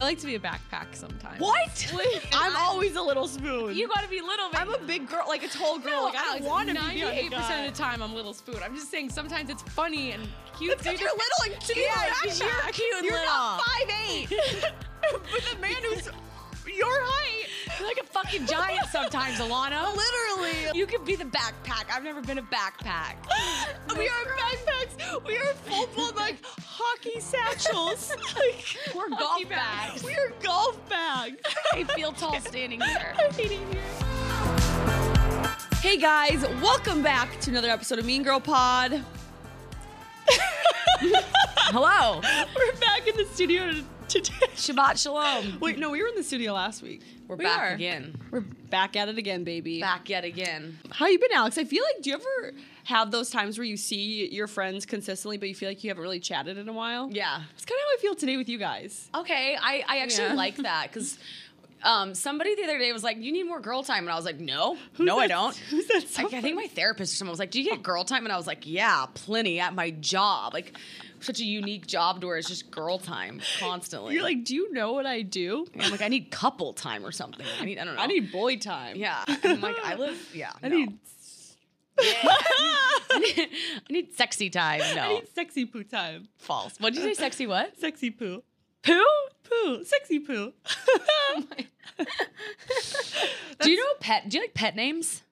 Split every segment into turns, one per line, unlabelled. I like to be a backpack sometimes.
What? I'm always a little spoon.
You gotta be little bit.
I'm a big girl, like a tall girl. like I don't
Alex,
want to be
98%
behind a guy.
of the time, I'm little spoon. I'm just saying sometimes it's funny and cute.
It's 'cause
dude.
you're little and cute.
Yeah, 'cause you're
Backpack.
cute and
You're not
little.
five eight. With a man who's your height,
You're like a fucking giant sometimes, Alana.
literally.
You could be the backpack. I've never been a backpack.
we are backpacks. We are full blown like hockey satchels. Like
We're
hockey
golf bags.
We are golf bags.
I feel tall standing here.
Hey guys, welcome back to another episode of Mean Girl Pod.
Hello.
We're back in the studio today.
Shabbat shalom.
Wait, no, we were in the studio last week.
We're
We
back
are.
again.
We're back at it again, baby.
Back yet again.
How you been, Alex? I feel like do you ever have those times where you see your friends consistently, but you feel like you haven't really chatted in a while?
Yeah.
It's kind of how I feel today with you guys.
Okay. I, I actually
Yeah.
like that because um, somebody the other day was like, "You need more girl time," and I was like, "No, no, I
that-
don't."
Who's that?
Like, I think my therapist or someone was like, "Do you get girl time?" And I was like, "Yeah, plenty at my job. Like, such a unique job to where it's just girl time constantly."
You're like, do you know what I do?
I'm like, I need couple time or something. I need, I don't know.
I need boy time.
yeah. I'm like, I live, yeah.
I
no.
need.
I need, I need sexy time. No,
I need sexy poo time.
false. What did you say? Sexy what?
Sexy poo. Poo? Oh Poo. Sexy poo.
do you know pet? Do you like pet names?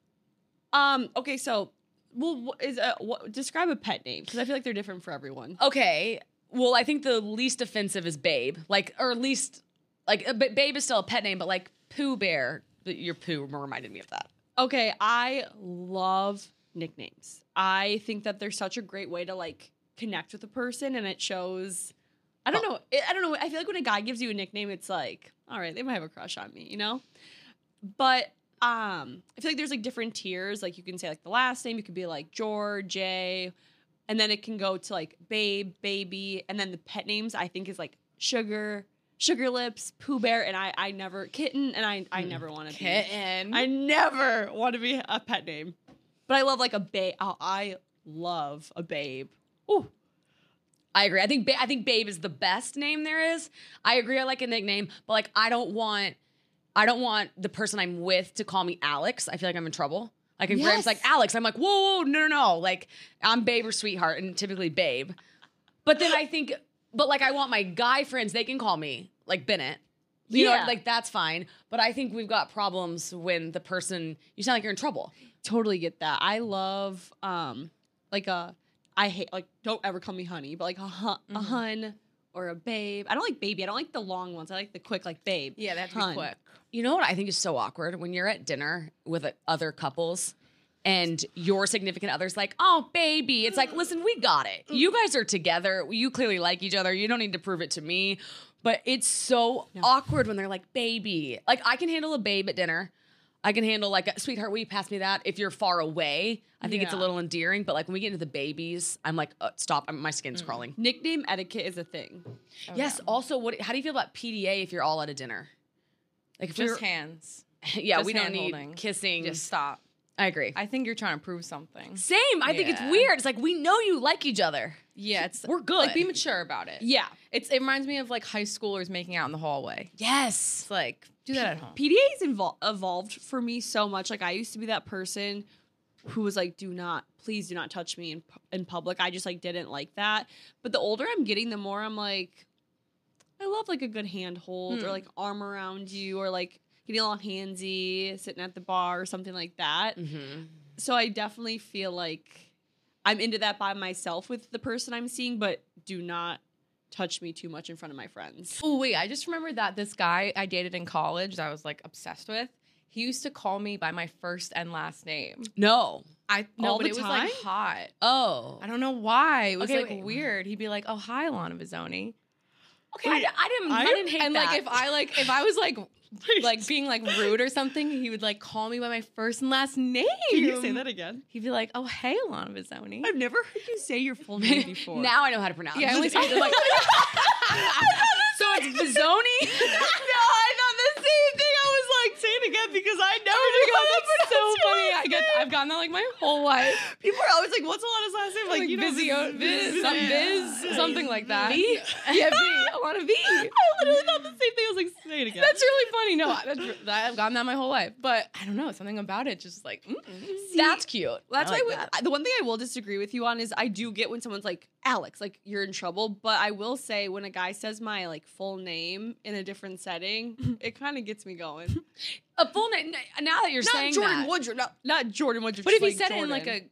um. Okay. So, well, wh- is a what, describe a pet name because I feel like they're different for everyone.
Okay. Well, I think the least offensive is Babe. Like, or at least, like, uh, but Babe is still a pet name, but like Pooh Bear, th- your Pooh reminded me of that.
Okay, I love nicknames. I think that they're such a great way to like connect with a person, and it shows. I don't know. I- I don't know. I feel like when a guy gives you a nickname, it's like, all right, they might have a crush on me, you know. But um, I feel like there's like different tiers. Like you can say like the last name. You could be like George, Jay, and then it can go to like Babe, Baby, and then the pet names. I think is like Sugar, Sugar Lips, Pooh Bear, and I. I never kitten, and I. I never want to be.
Kitten.
I never want to be a pet name, but I love like a babe. Oh, I love a babe. Oh,
I agree. I think ba- I think Babe is the best name there is. I agree. I like a nickname, but like, I don't want, I don't want the person I'm with to call me Alex. I feel like I'm in trouble. Like, if
Yes.
Graham's like Alex, I'm like, whoa, whoa, no, no, no. Like, I'm Babe or Sweetheart, and typically Babe. But then I think, but like, I want my guy friends. They can call me like Bennett. You
Yeah.
know, like that's fine. But I think we've got problems when the person you sound like you're in trouble.
totally get that. I love um like a I hate like don't ever call me honey, but like a hun, a hun or a babe. I don't like baby. I don't like the long ones. I like the quick like babe. Hun.
You know what I think is so awkward when you're at dinner with like, other couples and your significant other's like, "Oh, baby." It's like, "Listen, we got it. You guys are together. You clearly like each other. You don't need to prove it to me." But it's so awkward when they're like, "Baby." Like I can handle a babe at dinner. I can handle like, a, "Sweetheart, will you pass me that?" If you're far away, I think it's a
Yeah.
little endearing, but like when we get into the babies, I'm like, uh, "Stop. I'm, my skin's crawling."
Nickname etiquette is a thing.
yes, also what how do you feel about PDA if you're all at a dinner? Like if you're
Just hands.
yeah,
Just
we don't
hand-holding.
need kissing.
Just stop.
I agree.
I think you're trying to prove something.
Same. I think it's
Yeah.
weird. It's like we know you like each other.
Yeah, it's
We're good.
like be mature about it.
Yeah.
It's it reminds me of like high schoolers making out in the hallway.
Yes.
It's like do that at home.
PDA's invol- evolved for me so much. Like I used to be that person who was like, "Do not, please, do not touch me in pu- in public." I just like didn't like that. But the older I'm getting, the more I'm like, I love like a good handhold or like arm around you or like getting all handsy, sitting at the bar or something like that.
Hmm. Mm-hmm.
mm-hmm.
So I definitely feel like I'm into that by myself with the person I'm seeing, but do not touch me too much in front of my friends.
Oh wait, I just remembered that this guy I dated in college that I was like obsessed with. He used to call me by my first and last name.
No.
I no,
All
but
the
it was like
time?
hot.
Oh.
I don't know why. It was
Okay,
like
wait.
weird. He'd be like, "Oh, hi, Lana Vizzoni,"
Okay. I, I didn't. I,
I-
didn't hate
and
that.
like if I like if I was like like being like rude or something, he would like call me by my first and last name.
again?
He'd be like, "Oh, hey, Lana Vizzoni."
I've never heard you say your full name before.
now I know how to pronounce.
Yeah, I
it.
only say it like
so it's Vizzoni.
no, I thought the same thing. I was like, say it again because I never oh
that's so funny. I get I've gotten that like my whole life.
People are always like, what's Alana's last name? Like,
Like
you know,
Vizio, Viz, some Viz, something like that.
V?
Yeah, V. I want to V.
I literally thought the same thing. I
say it again.
That's really funny. No, that's, I've gotten that my whole life, but I don't know something about it. Just like mm.
That's cute.
That's
I like
why I would- the one thing I will disagree with you on is I do get when someone's like Alex, like you're in trouble, but I will say when a guy says my like full name in a different setting, it kind of gets me going.
A full name. Now that you're
not
saying
Jordan
that,
Woodruff, not, not Jordan Woodruff.
But
just
if he
like
said
Jordan.
it in like a, it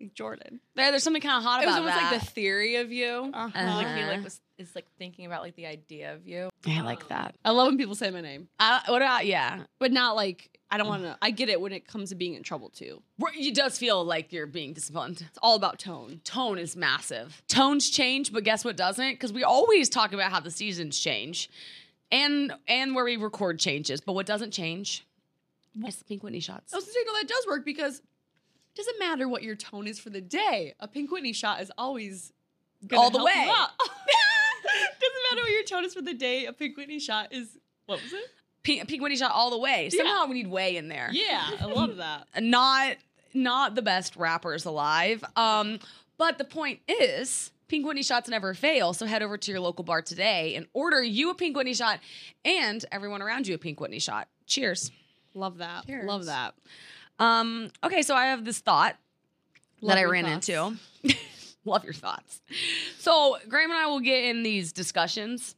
Like Jordan,
there, there's something kind of hot
was
about
almost
that.
like the theory of you. Like he
Uh-huh.
like was is like thinking about like the idea of you.
I like that.
I love when people say my name,
Uh, what about yeah?
but not like I
Mm.
don't want to. I get it when it comes to being in trouble too.
Where- It does feel like you're being disciplined.
It's all about tone.
Tone is massive. Tones change, but guess what doesn't? Because we always talk about how the seasons change, and and where we record changes. But what doesn't change? Is the Pink Whitney shots.
I was gonna say, no, that does work because it doesn't matter what your tone is for the day. A Pink Whitney shot is always gonna
All the
help you
way.
up. doesn't matter what your tone is for the day. A Pink Whitney shot is what was it?
Pink, Pink Whitney shot all the way. Somehow we need way in there.
Yeah, I love that.
not not the best rappers alive. Um, but the point is, Pink Whitney shots never fail. So head over to your local bar today and order you a Pink Whitney shot and everyone around you a Pink Whitney shot. Cheers.
Love that.
Cheers.
Love that.
Um, okay, so I have this thought that I
Lovely
ran
thoughts.
into. Love your thoughts. So Graham and I will get in these discussions.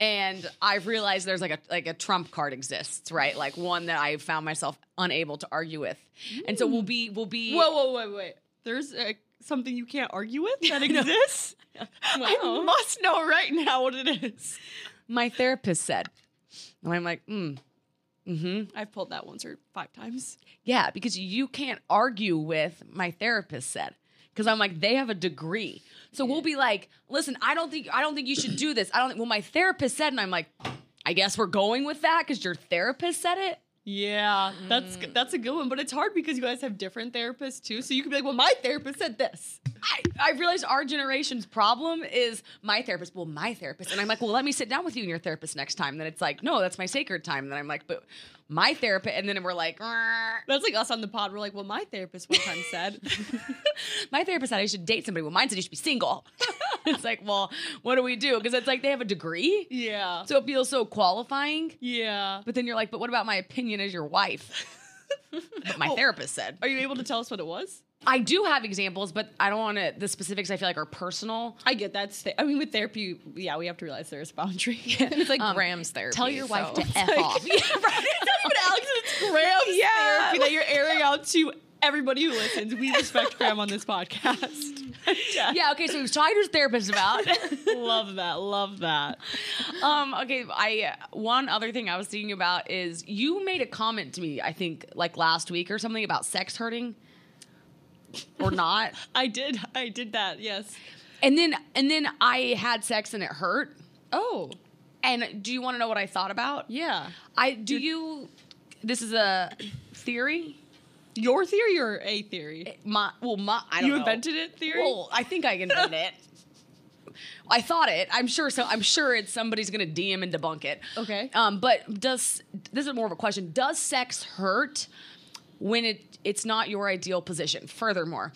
And I've realized there's like a like a trump card exists, right? Like one that I found myself unable to argue with. And so we'll be we'll be
Whoa, whoa, wait, wait. There's uh, something you can't argue with that exists. I
Wow.
must know right now what it is.
my therapist said. And I'm like, mm, mm-hmm.
I've pulled that once or five times.
Yeah, because you can't argue with my therapist said. Because I'm like, they have a degree. So we'll be like, listen, I don't think I don't think you should do this. I don't think well, my therapist said, and I'm like, I guess we're going with that because your therapist said it.
Yeah, that's g- that's a good one, but it's hard because you guys have different therapists too. So you could be like, "Well, my therapist said this."
I, I realized our generation's problem is my therapist. Well, my therapist. And I'm like, well, let me sit down with you and your therapist next time. then it's like, no, that's my sacred time. then I'm like, but my therapist. And then we're like, "Rrr."
That's like us on the pod. We're like, "Well, my therapist one time said."
my therapist said I should date somebody. Well, mine said you should be single. it's like, well, what do we do? Because it's like they have a degree.
yeah,
So it feels so qualifying.
yeah.
But then you're like, but what about my opinion as your wife? But my therapist said.
Are you able to tell us what it was?
I do have examples, but I don't want to, the specifics I feel like are personal.
I get that's. Th- I mean, with therapy, yeah, we have to realize there is boundary.
And it's like
Um,
Graham's therapy.
Tell your wife
so-
to F off. Yeah, right.
Alex, it's Graham's
Yeah.
therapy that you're airing out to everybody who listens. We respect Graham on this podcast.
yeah, okay, so he was talking to his therapist about.
love that. Love that.
um, okay, I one other thing I was thinking about is you made a comment to me, I think, like last week or something about sex hurting or not.
I did. I did that. Yes.
And then and then I had sex and it hurt.
Oh,
And do you want to know what I thought about?
yeah.
I do you this is a theory?
Your theory or a theory?
My well my I don't
You
know.
invented it theory?
Well, I think I invented it. I thought it. I'm sure so I'm sure it's somebody's gonna DM and debunk it.
Okay.
Um, but does this is more of a question. Does sex hurt when it it's not your ideal position? Furthermore,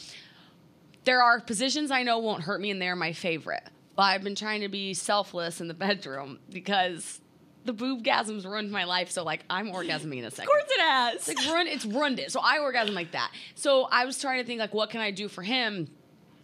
there are positions I know won't hurt me and they're my favorite. But I've been trying to be selfless in the bedroom because the boobgasms ruined my life. So like I'm orgasming in a second. Of
it has.
it's like run, it's ruined it. So I orgasm like that. So I was trying to think like, what can I do for him?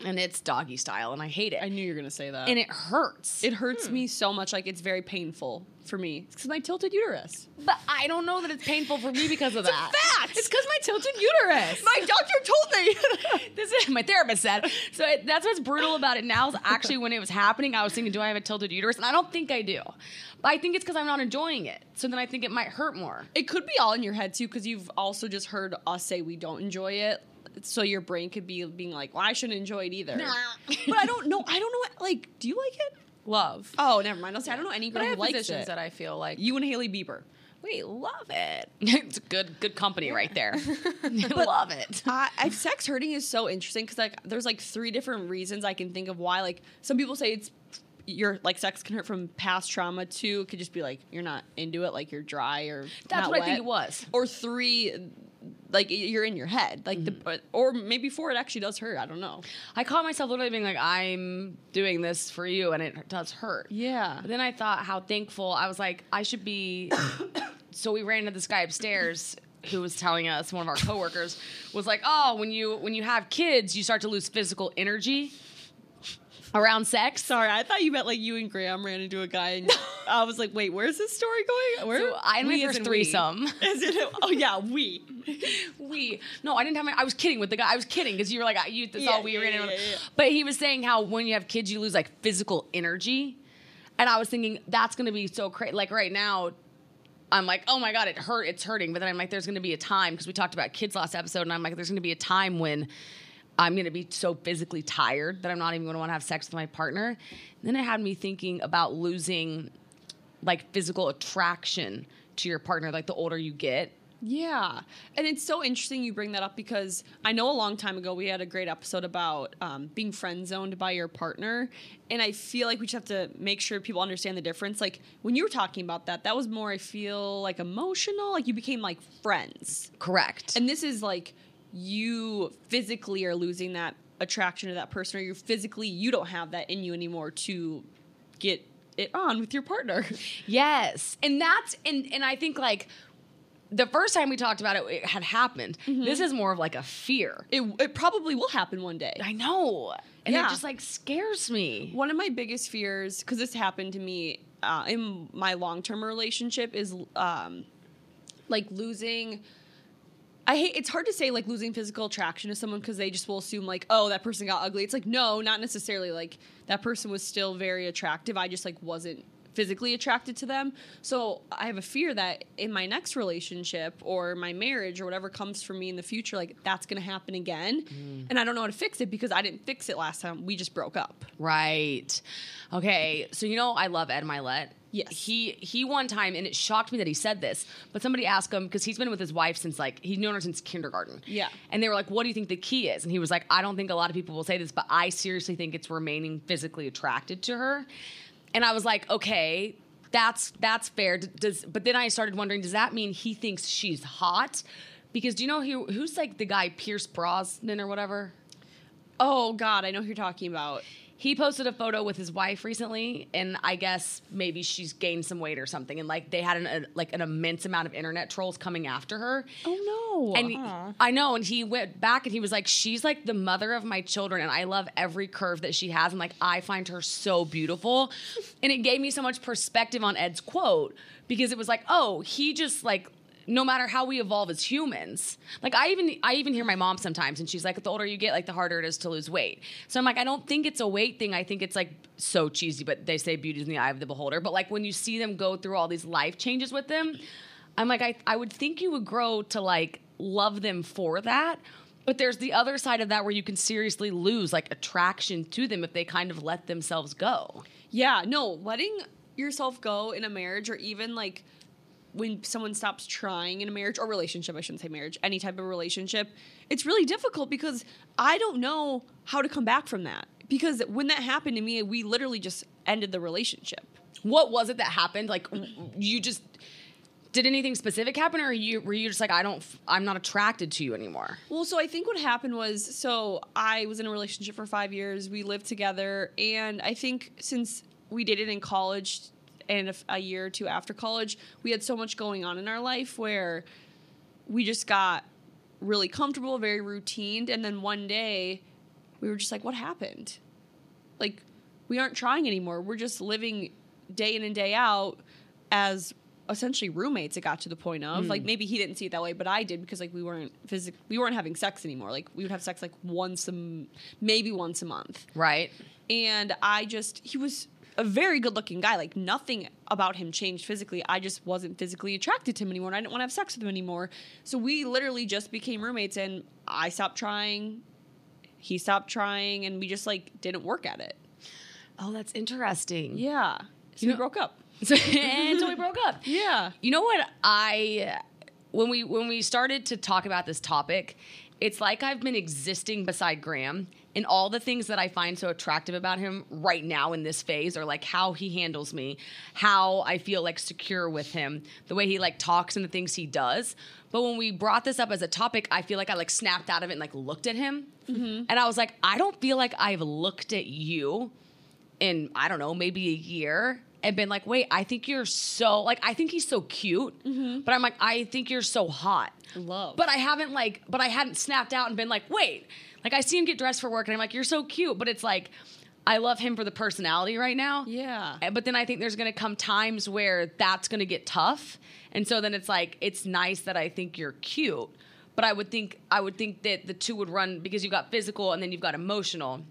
And it's doggy style, and I hate it,
I knew you were gonna say that.
and it hurts.
it hurts me so much. Like it's very painful for me because my tilted uterus.
but I don't know that it's painful for me because of that.
Fact.
It's because my tilted uterus.
My doctor told me. this is my therapist said. So it, that's what's brutal about it now is actually when it was happening, I was thinking, do I have a tilted uterus? And I don't think I do. But I think it's because I'm not enjoying it. So then I think it might hurt more.
It could be all in your head too, because you've also just heard us say we don't enjoy it. So your brain could be being like, "Well, I shouldn't enjoy it either." but I don't know. I don't know. What, like, do you like it?
Love.
Oh, never mind. I'll say I don't know any
But
girl
I
who
have
likes
positions
it.
that I feel like
you and Haley Bieber.
we love it.
it's good, good company right there. Love it.
I, I sex hurting is so interesting because like there's like three different reasons I can think of why. Like some people say it's your like sex can hurt from past trauma. Two, it could just be like you're not into it, like you're dry or
That's
not
what I think
wet.
it was.
Or three, like you're in your head, like the or maybe before it actually does hurt. I don't know.
I caught myself literally being like, I'm doing this for you, and it does hurt.
Yeah.
But then I thought how thankful I was like, I should be. so we ran into this guy upstairs who was telling us one of our coworkers was like, "Oh, when you when you have kids, you start to lose physical energy around sex."
Sorry, I thought you meant like you and Graham ran into a guy, and I was like, wait, where's this story going? Where
So I had my
We as
first
in we.
threesome.
is it? Oh yeah, we.
we no, I didn't have my. I was kidding with the guy. I was kidding because you were like, I- "You that's
Yeah,
all we
yeah,
ran
yeah,
into."
yeah, yeah.
But he was saying how when you have kids, you lose like physical energy, and I was thinking that's going to be so crazy. Like right now, I'm like, "Oh my god, it hurt. It's hurting." But then I'm like, "There's going to be a time because we talked about kids last episode, and I'm like, "There's going to be a time when." I'm gonna be so physically tired that I'm not even gonna wanna have sex with my partner. And then it had me thinking about losing like physical attraction to your partner, like the older you get.
Yeah. And it's so interesting you bring that up because I know a long time ago we had a great episode about um, being friend zoned by your partner. And I feel like we just have to make sure people understand the difference. Like when you were talking about that, that was more, I feel like emotional. Like you became like friends.
Correct.
And this is like you physically are losing that attraction to that person, or you physically, you don't have that in you anymore to get it on with your partner.
Yes. And that's and and I think like the first time we talked about it, it had happened. This is more of like a fear.
It, it probably will happen one day.
I know. And
Yeah.
it just like scares me.
One of my biggest fears, because this happened to me uh, in my long term relationship, is um, like losing. I hate. It's hard to say like losing physical attraction to someone because they just will assume like, oh, that person got ugly. It's like no, not necessarily. Like that person was still very attractive. I just like wasn't physically attracted to them. So I have a fear that in my next relationship or my marriage or whatever comes for me in the future, like that's gonna happen again, and I don't know how to fix it because I didn't fix it last time. We just broke up.
Right. Okay. So you know I love Ed Milet.
Yes.
He he one time and it shocked me that he said this, but somebody asked him because he's been with his wife since like he's known her since kindergarten.
Yeah.
And they were like, What do you think the key is? And he was like, I don't think a lot of people will say this, but I seriously think it's remaining physically attracted to her. And I was like, okay, that's that's fair. D- Does but then I started wondering, does that mean he thinks she's hot? Because do you know who who's like the guy Pierce Brosnan or whatever?
Oh God, I know who you're talking about.
he posted a photo with his wife recently and i guess maybe she's gained some weight or something and like they had an a, like an immense amount of internet trolls coming after her
Oh
and i know and he went back and he was like she's like the mother of my children and i love every curve that she has and like i find her so beautiful and it gave me so much perspective on ed's quote because it was like oh he just like no matter how we evolve as humans like i even i even hear my mom sometimes and she's like the older you get like the harder it is to lose weight so i'm like i don't think it's a weight thing i think it's like so cheesy but they say beauty's in the eye of the beholder but like when you see them go through all these life changes with them i'm like i, I would think you would grow to like love them for that but there's the other side of that where you can seriously lose like attraction to them if they kind of let themselves go
yeah, no, letting yourself go in a marriage or even like when someone stops trying in a marriage or relationship, I shouldn't say marriage, any type of relationship, it's really difficult because I don't know how to come back from that. Because when that happened to me, we literally just ended the relationship.
what was it that happened like w- you just did anything specific happen or you were you just like i don't f- i'm not attracted to you anymore
Well, so I think what happened was so I was in a relationship for five years. We lived together. And I think since we did it in college and a, f- a year or two after college, we had so much going on in our life where we just got really comfortable, very routined. And then one day we were just like, what happened? Like, we aren't trying anymore. We're just living day in and day out as essentially roommates it got to the point of like maybe he didn't see it that way but i did because like we weren't physic we weren't having sex anymore like we would have sex like once a m- maybe once a month
right
and I just he was a very good looking guy. Like nothing about him changed physically. I just wasn't physically attracted to him anymore, and I didn't want to have sex with him anymore. So we literally just became roommates, and I stopped trying. He stopped trying, and we just like didn't work at it.
oh that's interesting
Yeah, so we broke up.
so, and so we broke up
Yeah,
You know what I when we when we started to talk about this topic It's like I've been existing beside Graham, and all the things that I find so attractive about him right now in this phase are like how he handles me, how I feel like secure with him, the way he like talks and the things he does. But when we brought this up as a topic, I feel like I like snapped out of it and like looked at him, and I was like, I don't feel like I've looked at you in I don't know, maybe a year and been like, "Wait, I think you're so like I think he's so cute." But I'm like, "I think you're so hot."
Mm-hmm. Love.
But I haven't like but I hadn't snapped out and been like, "Wait." Like I see him get dressed for work and I'm like, "You're so cute." But it's like I love him for the personality right now.
Yeah.
And- But then I think there's going to come times where that's going to get tough. And so then it's like it's nice that I think you're cute, but I would think I would think that the two would run because you got physical and then you've got emotional.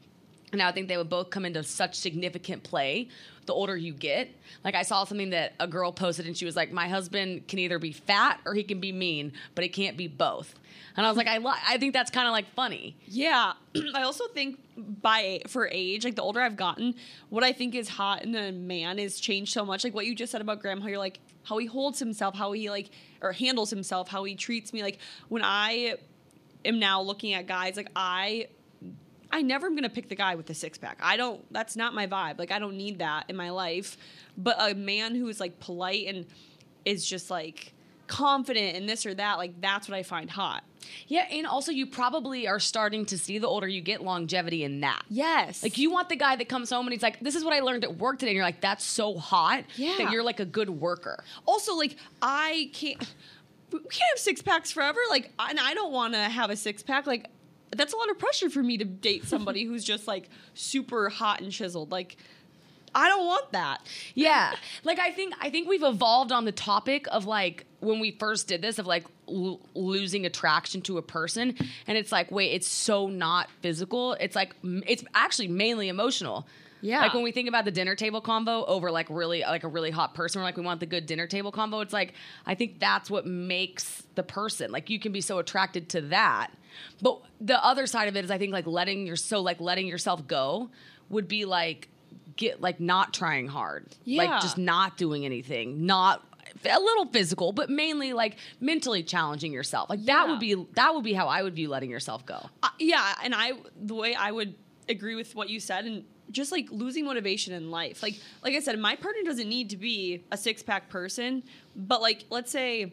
And I would think they would both come into such significant play the older you get. Like I saw something that a girl posted and she was like, "My husband can either be fat or he can be mean, but it can't be both." And I was like, "I li- I think that's kind of like funny."
Yeah, I also think by for age, like the older I've gotten, what I think is hot in a man is changed so much. Like what you just said about Graham, how you're like how he holds himself, how he like or handles himself, how he treats me. Like when I am now looking at guys, like I I never am gonna pick the guy with the six pack. I don't. That's not my vibe. Like I don't need that in my life. But a man who is like polite and is just like confident and this or that, like that's what I find hot.
Yeah, and also you probably are starting to see the older you get longevity in that.
Yes,
Like you want the guy that comes home and he's like, "This is what I learned at work today," and you're like, "That's so hot
Yeah.
that you're like a good worker."
also like I can't we can't have six packs forever. Like I- and I don't want to have a six pack. Like that's a lot of pressure for me to date somebody who's just like super hot and chiseled. Like I don't want that.
Yeah, like I think I think we've evolved on the topic of like when we first did this of like l- losing attraction to a person, and it's like, wait, it's so not physical. It's like m- it's actually mainly emotional.
Yeah.
like when we think about the dinner table combo over like really like a really hot person, we're like we want the good dinner table combo. It's like I think that's what makes the person like you can be so attracted to that. But the other side of it is I think like letting your so like letting yourself go would be like get like not trying hard
Yeah.
like just not doing anything not a little physical but mainly like mentally challenging yourself like that
Yeah.
would be that would be how i would view letting yourself go
I, yeah, and I the way I would agree with what you said and just like losing motivation in life. Like like I said, my partner doesn't need to be a six pack person, but like let's say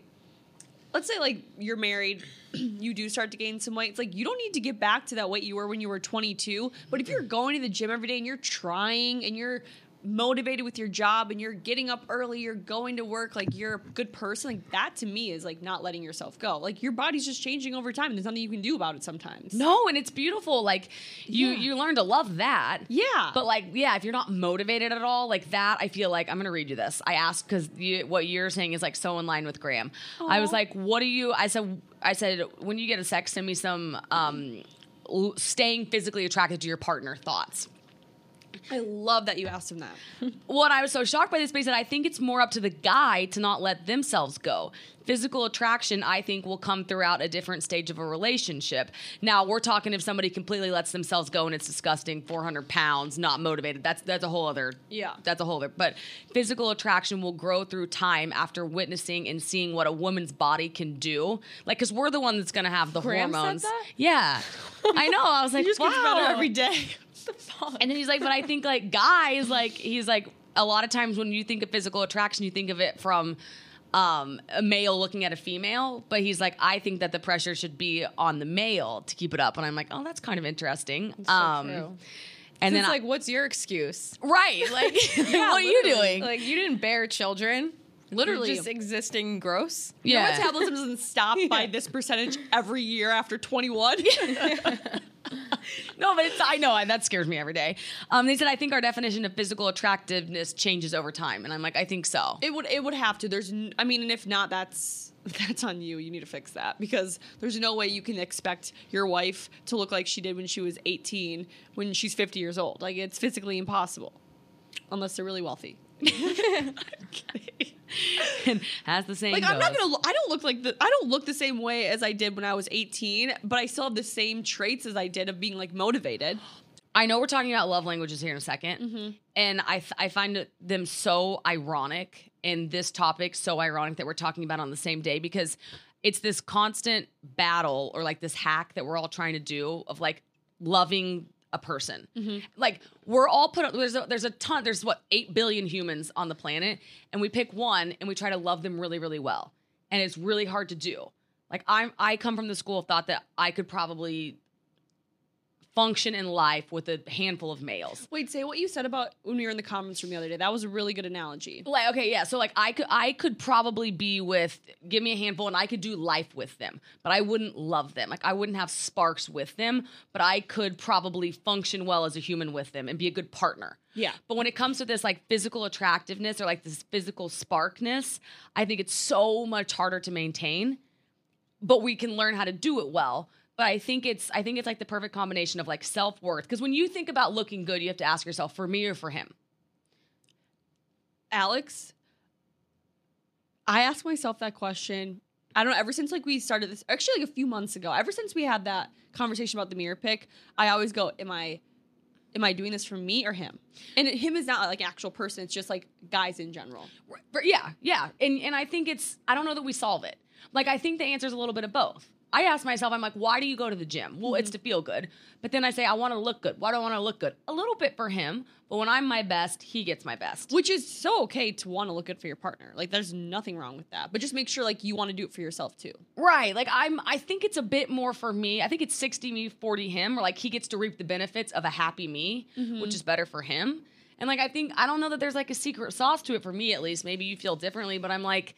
let's say like you're married, you do start to gain some weight. It's like you don't need to get back to that weight you were when you were 22. But if you're going to the gym every day and you're trying and you're motivated with your job and you're getting up early, you're going to work, like you're a good person, like that to me is like not letting yourself go. Like your body's just changing over time and there's nothing you can do about it sometimes.
no and it's beautiful like you you learn to love that
Yeah.
but like yeah if you're not motivated at all like that i feel like i'm gonna read you this i asked because you, what you're saying is like so in line with graham i was
Aw.
like what do you i said i said when you get a sex send me some um l- staying physically attracted to your partner thoughts
I love that you asked him that.
what I was so shocked by this space that I think it's more up to the guy to not let themselves go. Physical attraction, I think, will come throughout a different stage of a relationship. Now we're talking if somebody completely lets themselves go and it's disgusting, four hundred pounds, not motivated. That's that's a whole other
Yeah.
That's a whole other. But physical attraction will grow through time after witnessing and seeing what a woman's body can do. Like, because we're the one that's gonna have the
Graham said
hormones.
that?
Yeah, I know. I was like,
It just
wow.
gets better every day.
And then he's like, but I think like guys, like he's like a lot of times when you think of physical attraction, you think of it from um, a male looking at a female. But he's like, I think that the pressure should be on the male to keep it up. And I'm like, oh, that's kind of interesting. um,
true.
And
And
then
it's
I-
like, what's your excuse?
right, like what are you
literally.
doing?
Like, you didn't bear children.
Literally.
You're just existing gross.
Your
yeah.
metabolism doesn't stop by this percentage every year after 21.
No, but it's, I know I- that scares me every day. Um, they said I think our definition of physical attractiveness changes over time, and I'm like, I think so.
It would it would have to. There's n- I mean, and if not, that's that's on you. You need to fix that because there's no way you can expect your wife to look like she did when she was 18 when she's 50 years old. Like it's physically impossible unless they're really wealthy.
and as the saying
Like I'm not
goes-
gonna. lo- I don't look like the. I don't look the same way as I did when I was 18, but I still have the same traits as I did of being like motivated.
I know we're talking about love languages here in a 2nd and I th- I find them so ironic and this topic so ironic that we're talking about on the same day because it's this constant battle or like this hack that we're all trying to do of like loving a person. Like we're all put there's a, there's a ton there's what 8 billion humans on the planet and we pick one and we try to love them really really well. And it's really hard to do. Like I'm I come from the school of thought that I could probably function in life with a handful of males.
Wait, say what you said about when we were in the comments room the other day. That was a really good analogy.
Like okay, yeah. So like I could I could probably be with give me a handful and I could do life with them, but I wouldn't love them. Like I wouldn't have sparks with them, but I could probably function well as a human with them and be a good partner.
Yeah.
But when it comes to this like physical attractiveness or like this physical sparkness, I think it's so much harder to maintain. But we can learn how to do it well. But I think it's I think it's like the perfect combination of like self-worth because when you think about looking good, you have to ask yourself for me or for him.
Alex, I asked myself that question. I don't know, ever since like we started this, actually like a few months ago, ever since we had that conversation about the mirror pick, I always go, Am I am I doing this for me or him? And him is not like an actual person, it's just like guys in general.
But yeah, yeah. And and I think it's I don't know that we solve it. Like I think the answer is a little bit of both. I ask myself, I'm like, why do you go to the gym? Well, it's to feel good. But then I say, I want to look good. Why do I want to look good? A little bit for him, but when I'm my best, he gets my best.
Which is so okay to want to look good for your partner. Like there's nothing wrong with that. But just make sure like you want to do it for yourself too.
Right. Like I'm I think it's a bit more for me. I think it's 60 me, 40 him, or like he gets to reap the benefits of a happy me, which is better for him. And like I think I don't know that there's like a secret sauce to it for me at least. Maybe you feel differently, but I'm like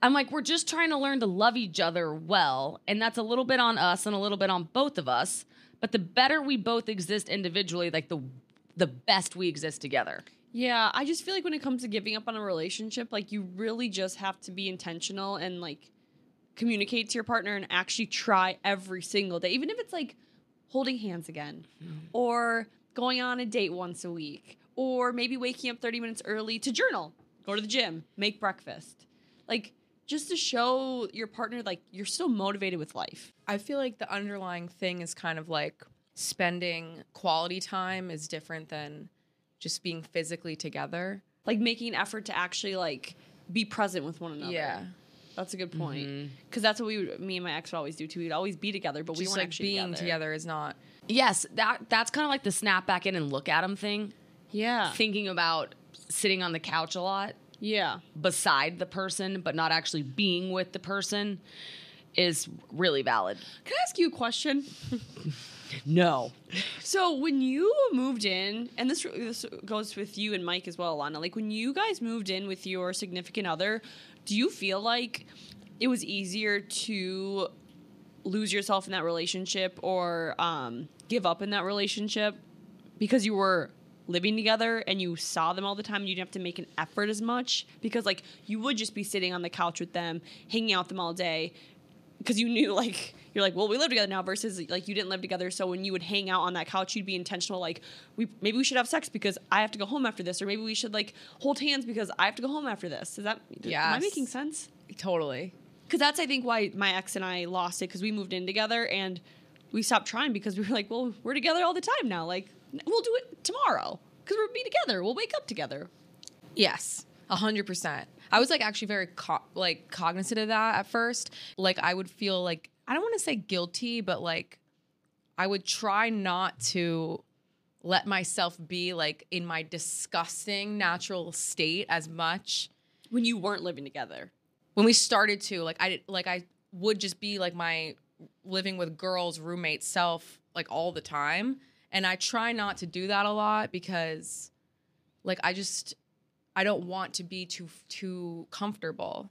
I'm like we're just trying to learn to love each other well, and that's a little bit on us and a little bit on both of us. But the better we both exist individually, like the the best we exist together.
Yeah, I just feel like when it comes to giving up on a relationship, like you really just have to be intentional and like communicate to your partner and actually try every single day, even if it's like holding hands again or going on a date once a week or maybe waking up 30 minutes early to journal, go to the gym, make breakfast. Like just to show your partner like you're still motivated with life.
I feel like the underlying thing is kind of like spending quality time is different than just being physically together.
Like making an effort to actually like be present with one another.
Yeah.
That's a good point.
Mm-hmm.
Because that's what we, would, me and my ex would always do too. We'd always be together, but we
Just
weren't
like
actually
being together.
together.
is not.
Yes, that that's kind of like the snap back in and look at him thing.
Yeah.
Thinking about sitting on the couch a lot
Yeah.
beside the person but not actually being with the person is really valid.
Can I ask you a question?
No.
So when you moved in, and this this goes with you and Mike as well, Alana. Like when you guys moved in with your significant other, do you feel like it was easier to lose yourself in that relationship or um, give up in that relationship because you were living together and you saw them all the time and you didn't have to make an effort as much because like you would just be sitting on the couch with them hanging out with them all day because you knew like you're like well we live together now versus like you didn't live together so when you would hang out on that couch you'd be intentional like we maybe we should have sex because i have to go home after this or maybe we should like hold hands because i have to go home after this is that am i
Yes.
making sense
Totally.
because that's I think why my ex and I lost it because we moved in together and we stopped trying because we were like, well, we're together all the time now. Like we'll do it tomorrow because we'll be together. We'll wake up together.
Yes, a hundred percent. I was like actually very co- like cognizant of that at first. Like I would feel like I don't want to say guilty, but like I would try not to let myself be like in my disgusting natural state as much.
When you weren't living together,
When we started to like I like I would just be like my living with girls roommate self like all the time, and I try not to do that a lot because like I just I don't want to be too too comfortable,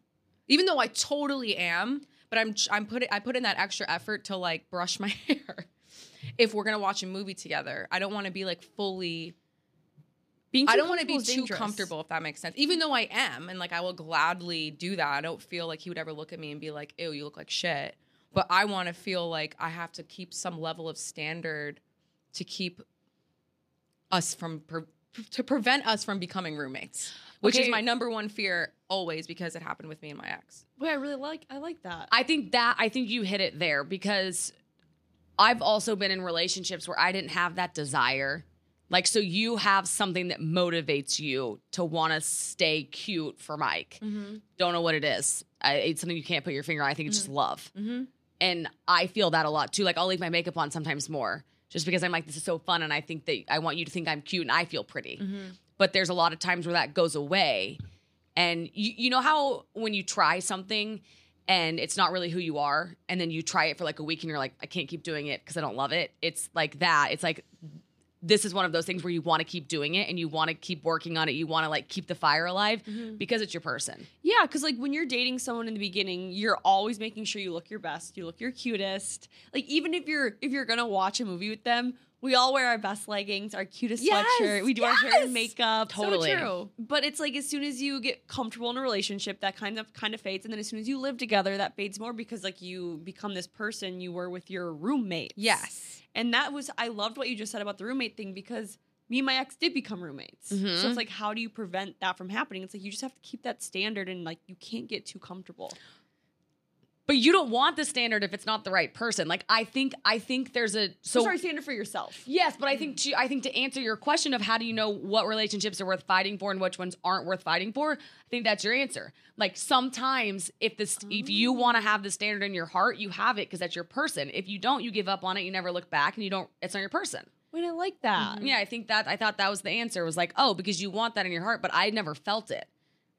even though I totally am. But I'm I'm putting I put in that extra effort to like brush my hair. If we're gonna watch a movie together, I don't want to be like fully.
being
I don't want to be
comfortable is
too
dangerous.
comfortable, if that makes sense. Even though I am, and like I will gladly do that. I don't feel like he would ever look at me and be like, "Ew, you look like shit." But I want to feel like I have to keep some level of standard to keep us from pre- to prevent us from becoming roommates, which is
Okay.
my number one fear always because it happened with me and my ex.
Wait, I really like I like that.
I think that I think you hit it there because I've also been in relationships where I didn't have that desire Like, so you have something that motivates you to want to stay cute for Mike.
Mm-hmm.
Don't know what it is. I, it's something you can't put your finger on. I think it's just love. And I feel that a lot too. Like, I'll leave my makeup on sometimes more just because I'm like, this is so fun. And I think that I want you to think I'm cute and I feel pretty. But there's a lot of times where that goes away. And you, you know how when you try something and it's not really who you are, and then you try it for like a week and you're like, I can't keep doing it because I don't love it. It's like that. It's like this is one of those things where you want to keep doing it and you want to keep working on it. You want to like keep the fire alive because it's your person.
Yeah, because like when you're dating someone in the beginning, you're always making sure you look your best, you look your cutest. Like even if you're if you're gonna watch a movie with them, we all wear our best leggings, our cutest
Yes,
sweatshirt, we do our hair and makeup.
Totally.
true.
But it's like as soon as you get comfortable in a relationship, that kind of kind of fades, and then as soon as you live together, that fades more because like you become this person you were with your roommate.
Yes.
and that was I loved what you just said about the roommate thing because me and my ex did become roommates. So it's like, how do you prevent that from happening? It's like you just have to keep that standard, and like you can't get too comfortable.
But you don't want the standard if it's not the right person. Like I think I think there's a so
So sorry, standard for yourself.
Yes, but I think to I think to answer your question of how do you know what relationships are worth fighting for and which ones aren't worth fighting for, I think that's your answer. Like sometimes if this if you want to have the standard in your heart, you have it because that's your person. If you don't, you give up on it, you never look back and you don't it's not your person.
Wait, I like that.
Yeah, I think that I thought that was the answer was like, "Oh, because you want that in your heart, but I never felt it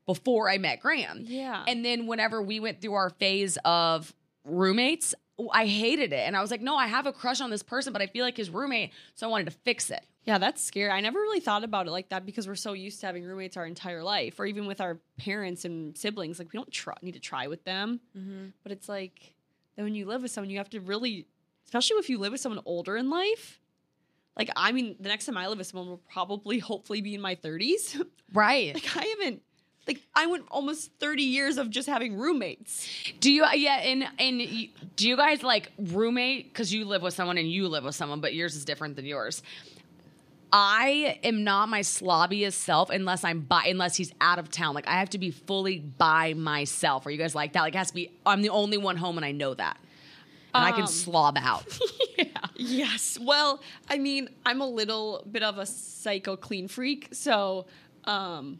before I met Graham."
Yeah.
And then whenever we went through our phase of roommates, I hated it. And I was like, no, I have a crush on this person, but I feel like his roommate. So I wanted to fix it.
Yeah, that's scary. I never really thought about it like that because we're so used to having roommates our entire life, or even with our parents and siblings. Like we don't try, need to try with them,
Mm-hmm.
but it's like then when you live with someone, you have to really, especially if you live with someone older in life. Like I mean, the next time I live with someone will probably, hopefully, be in my thirties.
Right.
like I haven't, like I went almost thirty years of just having roommates.
Do you, uh, yeah, and, and you- do you guys like roommate? Cause you live with someone and you live with someone, but yours is different than yours. I am not my slobbiest self unless I'm by, unless he's out of town. Like I have to be fully by myself. Are you guys like that? Like it has to be, I'm the only one home and I know that. And I can slob out.
Yes. Well, I mean, I'm a little bit of a psycho clean freak, so um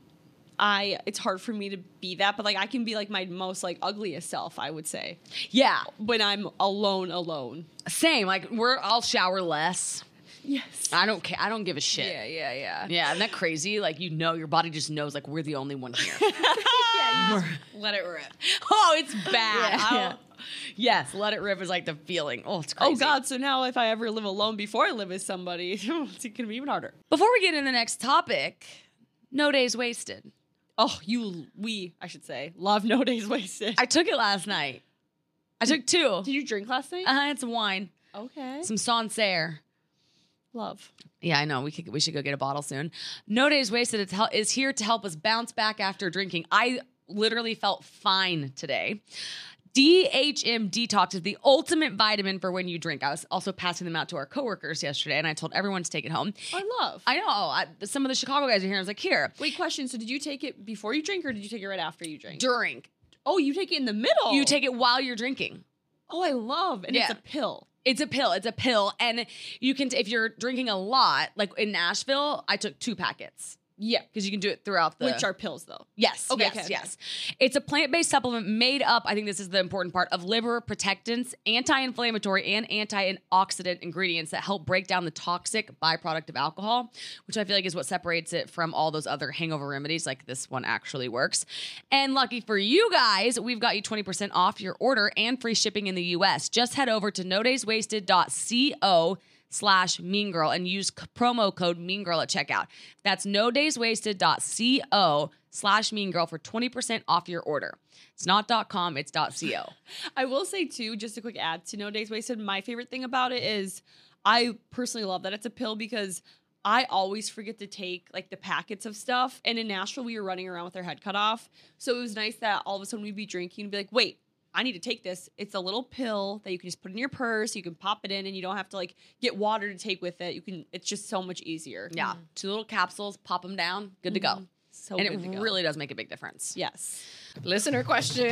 I it's hard for me to be that, but like I can be like my most like ugliest self, I would say,
yeah.
when I'm alone alone.
Same. Like we're I'll shower less.
Yes.
I don't care. I don't give a shit.
Yeah,
Yeah.
yeah, yeah.
isn't that crazy? Like you know, your body just knows. Like we're the only one here.
Let it rip.
oh, it's bad.
Yeah.
I don't- Yes, let it rip is like the feeling. Oh, it's crazy.
Oh god, so now if I ever live alone before I live with somebody, it's going to be even harder.
Before we get into the next topic, no days wasted.
Oh, you we, I should say, love no days wasted.
I took it last night. I took two. Uh,
Did you drink last night?
it's wine,
okay.
some Sancerre.
Love.
Yeah, I know. We could, we should go get a bottle soon. No days wasted is, hel- is here to help us bounce back after drinking. I literally felt fine today. DHM detox is the ultimate vitamin for when you drink. I was also passing them out to our coworkers yesterday, and I told everyone to take it home.
I love.
I know I, some of the Chicago guys are here. I was like, here,
Wait, question. So did you take it before you drink or did you take it right after you drink?
drink.
Oh, you take it in the middle.
You take it while you're drinking.
Oh, I love, and
Yeah.
it's a pill.
It's a pill. It's a pill, and you can if you're drinking a lot. Like in Nashville, I took two packets
Yeah,
because you can do it throughout the
which are pills though.
Yes.
Okay,
yes.
okay, okay.
yes. It's a plant-based supplement made up. I think this is the important part of liver protectants, anti-inflammatory, and antioxidant ingredients that help break down the toxic byproduct of alcohol, which I feel like is what separates it from all those other hangover remedies. Like this one actually works. And lucky for you guys, we've got you 20% off your order and free shipping in the U.S. Just head over to nodayswasted.co slash mean girl and use c- promo code mean girl at checkout. That's no days wasted.co slash mean girl for 20% off your order. It's not .com, it's .co.
I will say too, just a quick add to No Days Wasted. My favorite thing about it is, I personally love that it's a pill because I always forget to take like the packets of stuff. And in Nashville, we were running around with our head cut off, so it was nice that all of a sudden we'd be drinking and be like, wait. I need to take this. It's a little pill that you can just put in your purse. You can pop it in, and you don't have to like get water to take with it. You can. It's just so much easier.
Yeah, two little capsules, pop them down, good to go.
Mm-hmm. So
and
good to
it
go.
really does make a big difference.
yes.
Listener question.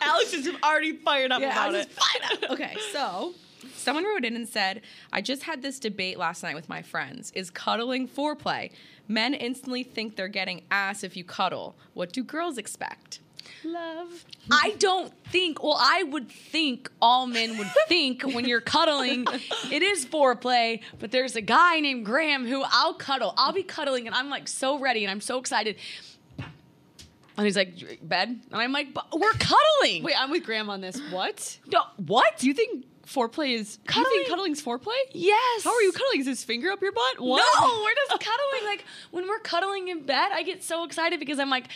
Alex is already fired up
Yeah,
about
I'm
it.
just fired up. Okay, so Someone wrote in and said, I just had this debate last night with my friends. Is cuddling foreplay? Men instantly think they're getting ass if you cuddle. What do girls expect?
Love.
I don't think. Well, I would think all men would think when you're cuddling, it is foreplay. But there's a guy named Graham who I'll cuddle. I'll be cuddling, and I'm like so ready, and I'm so excited. And he's like, "Bed," and I'm like, but "We're cuddling."
Wait, I'm with Graham on this. What?
No, what?
Do you think foreplay is cuddling? You think cuddling's foreplay?
Yes.
How are you cuddling? Is his finger up your butt? What?
No, we're just cuddling. Like when we're cuddling in bed, I get so excited because I'm like,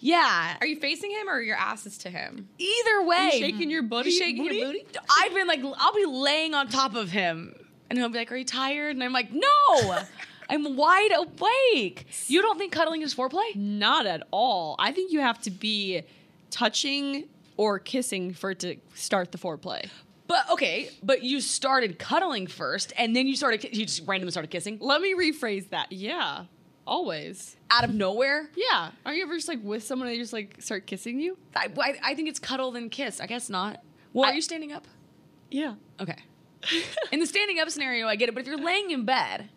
"Yeah."
Are you facing him or your ass is to him?
Either way,
shaking your booty.
shaking your booty?
I've been like, I'll be laying on top of him, and he'll be like, "Are you tired?" And I'm like, "No, I'm wide awake." You don't think cuddling is foreplay?
Not at all. I think you have to be touching or kissing for it to start the foreplay.
But okay, but you started cuddling first, and then you started, you just randomly started kissing
Let me rephrase that. Yeah, always.
out of nowhere.
Yeah. Are you ever just like with someone and they just like start kissing you?
I, I, I think it's cuddle then kiss. I guess not. Well,
I-
are you standing up?
Yeah.
Okay. In the standing up scenario, I get it. But if you're laying in bed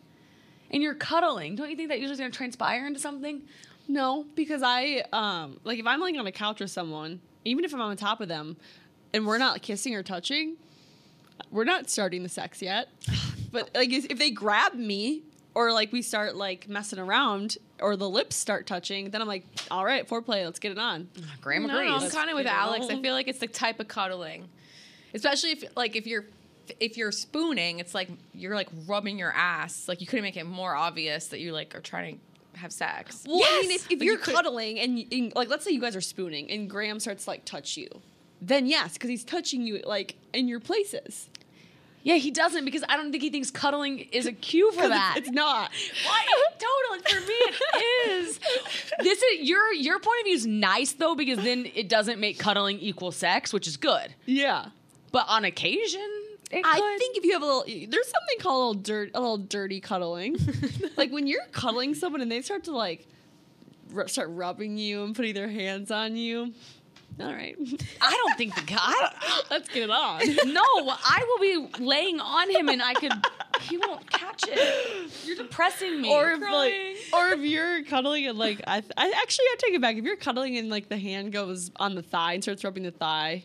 and you're cuddling, don't you think that usually is going to transpire into something?
No, because I um like if I'm laying on a couch with someone, even if I'm on top of them, and we're not kissing or touching, we're not starting the sex yet. But like if if they grab me or like we start like messing around or the lips start touching, then I'm like, all right, foreplay, let's get it on.
Graham
No,
agrees.
I'm kind of with
get
Alex. I
along.
feel like it's the type of cuddling, especially if like if you're if you're spooning, it's like you're like rubbing your ass. Like you couldn't make it more obvious that you like are trying to have sex.
Well, I mean,
Yes!
if, if
But
you're
you could-
cuddling and, and like let's say you guys are spooning and Graham starts to, like touch you, then yes, because he's touching you like in your places.
Yeah, he doesn't because I don't think he thinks cuddling is a cue for
'Cause
that.
it's, it's not.
Why? Totally. For me, it is. This is your your point of view is nice though because then it doesn't make cuddling equal sex, which is good.
Yeah.
But on occasion, it
I
could.
think if you have a little, there's something called a little dirt, a little dirty cuddling. like when you're cuddling someone and they start to like ru- start rubbing you and putting their hands on you. All right,
I don't think the guy.
let's get it on.
No, I will be laying on him and I could. He won't catch it. You're depressing me.
Or if like, or if you're cuddling and like, I, th- I actually I take it back. If you're cuddling and like the hand goes on the thigh and starts rubbing the thigh,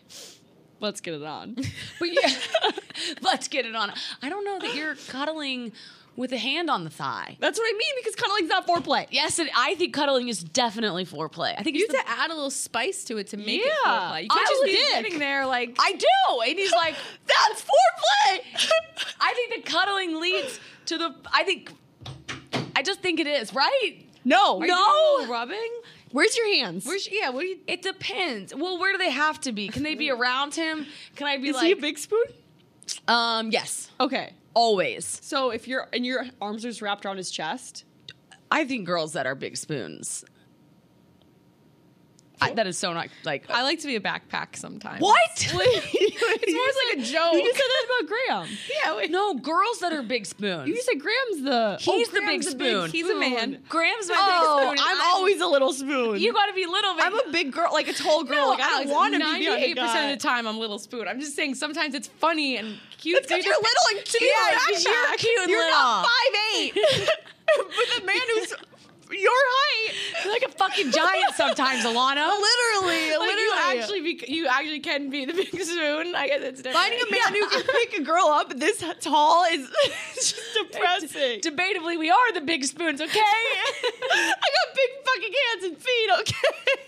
let's get it on.
But yeah, let's get it on. I don't know that you're cuddling with a hand on the thigh.
That's what I mean because cuddling's not foreplay.
Yes, it, I think cuddling is definitely foreplay. I think
You
it's
have
the,
to add a little spice to it to make it.
Yeah.
foreplay. You can't
I
just
was
be
dick.
sitting there like
I do, and he's like,
That's foreplay.
I think the cuddling leads to the. I think, I just think it is right.
no,
Are you
no.
doing
rubbing. Where's your hands?
Where's, yeah, what do you?
It depends. Well, where do they have to be? Can they be around him? Can I be
Is
like,
he a big spoon?
um, yes,
Okay.
always.
So if your and your arms are just wrapped around his chest,
I think girls that are big spoons. I, that is so not like uh,
I like to be a backpack sometimes.
what?
It's more like a
you
joke.
just said that about Graham.
Yeah, wait.
no, girls that are big spoons.
You just said Graham's the oh,
He's the
Graham's
big
a
spoon.
he's a man.
Graham's my
Oh,
big spoon. and
I'm, always a little spoon.
You got to be little. But
I'm a big girl, like a tall girl. like I don't want to be the other
Ninety-eight percent
guy.
of the time, I'm little spoon. I'm just saying. Sometimes it's funny and cute.
It's because you're little and cute.
Yeah,
Back
'cause you're
back.
cute and
You're not
little.
five eight. With a man who's your height,
like a fucking giant sometimes, Alana.
literally,
Like,
literally,
you actually, be, you actually can be the big spoon. I guess it's different.
finding a man who can pick a girl up this tall is it's just depressing.
Debatably, we are the big spoons. Okay,
I got big fucking hands and feet, okay?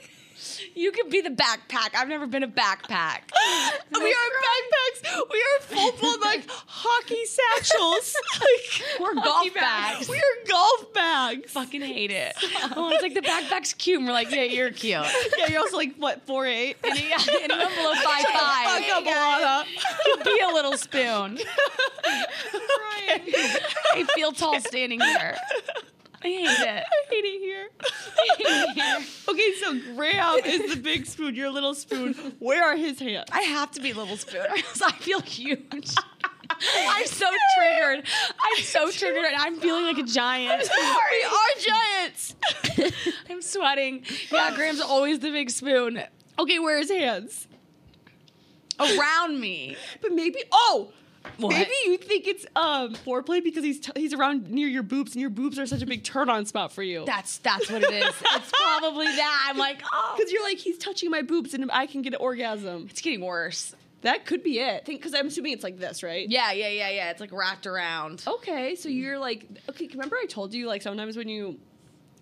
you could be the backpack. I've never been a backpack.
we are backpacks. We are full blown like hockey satchels. Like
We're
Hockey
golf bags.
we are golf bags.
fucking hate it. Oh, it's like the backpack's cute. And we're like, yeah, you're cute.
Yeah, you're also like what four eight.
And, yeah, anyone below five five
Fuck up, Alana.
could be a little spoon. I feel tall standing here. I hate it.
I hate it here. Okay, so Graham is the big spoon. You're little spoon. Where are his hands?
I have to be little spoon or else I feel huge. I'm so triggered. I'm so triggered. and I'm feeling like a giant.
Sorry, our giants.
I'm sweating. Yeah, Graham's always the big spoon
Okay, where are his hands?
around me.
But maybe oh,
What?
Maybe you think it's um foreplay because he's t- he's around near your boobs and your boobs are such a big turn on spot for you.
That's that's what it is. it's probably that. I'm like, oh,
Because you're like he's touching my boobs and I can get an orgasm.
it's getting worse.
That could be it. Think because I'm assuming it's like this, right?
Yeah, yeah, yeah, yeah. It's like wrapped around.
Okay, so you're like okay. Remember I told you like sometimes when you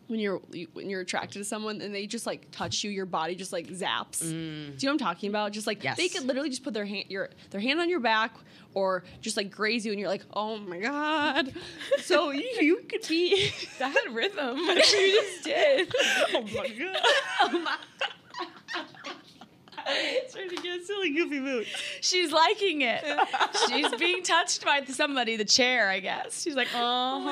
when you're you- when you're attracted to someone and they just like touch you, your body just like zaps. Do you know what I'm talking about? Just like
Yes.
they could literally just put their hand your their hand on your back or just like graze you, and you're like, oh my god. so you, you could be
That rhythm, whatever you just did.
oh my god. It's starting to get a silly goofy mood.
She's liking it. She's being touched by somebody, the chair, I guess. She's like, oh,
God,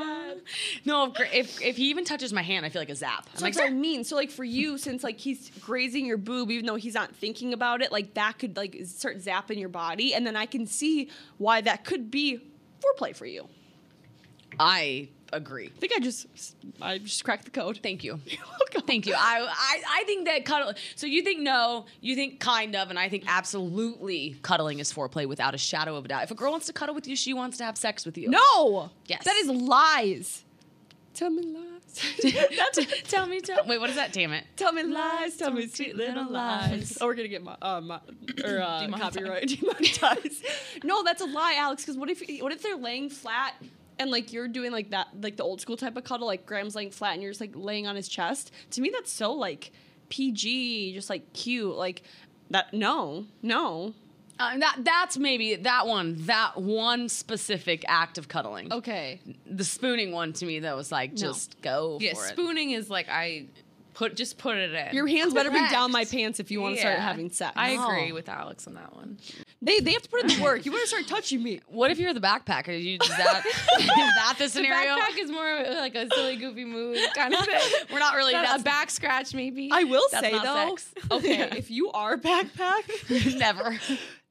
I'm dead.
no. If, gra- if if he even touches my hand, I feel like a zap. I'm
So
like,
that's what I mean. So like for you, since like he's grazing your boob, even though he's not thinking about it, like that could like start zapping your body, and then I can see why that could be foreplay for you. I
I agree.
think I just I just cracked the code.
Thank you.
welcome.
Thank you. I, I I think that cuddle. So you think no, you think kind of, and I think absolutely cuddling is foreplay without a shadow of a doubt. If a girl wants to cuddle with you, she wants to have sex with you.
No.
Yes.
That is lies. Tell me lies.
tell me, tell. Wait, what is that? Damn it.
tell me lies. Tell me sweet little lies. Oh, we're gonna get my, uh, my or uh, copyright demonetized. no, that's a lie, Alex. Because what if what if they're laying flat and like you're doing like that like the old school type of cuddle, like Graham's laying flat and you're just like laying on his chest. To me, that's so like PG, just like cute, like that. No, no.
Uh, that that's maybe that one. That one specific act of cuddling.
Oh.
Okay.
The spooning one to me that was like just go
Yeah,
for it.
spooning is like I put just put it in.
Your hands better be down my
Correct.
pants if you want to start
Yeah.
having sex.
I
No.
agree with Alex on that one.
they they have to put in the work. You better start touching me.
What if you're the backpacker? Is, you, is that is that the scenario?
Backpack is more like a silly, goofy move kind of thing.
We're not really.
a
That's
back scratch, maybe.
I will
That's
say
not
though,
sex.
okay, if you are a backpack,
never.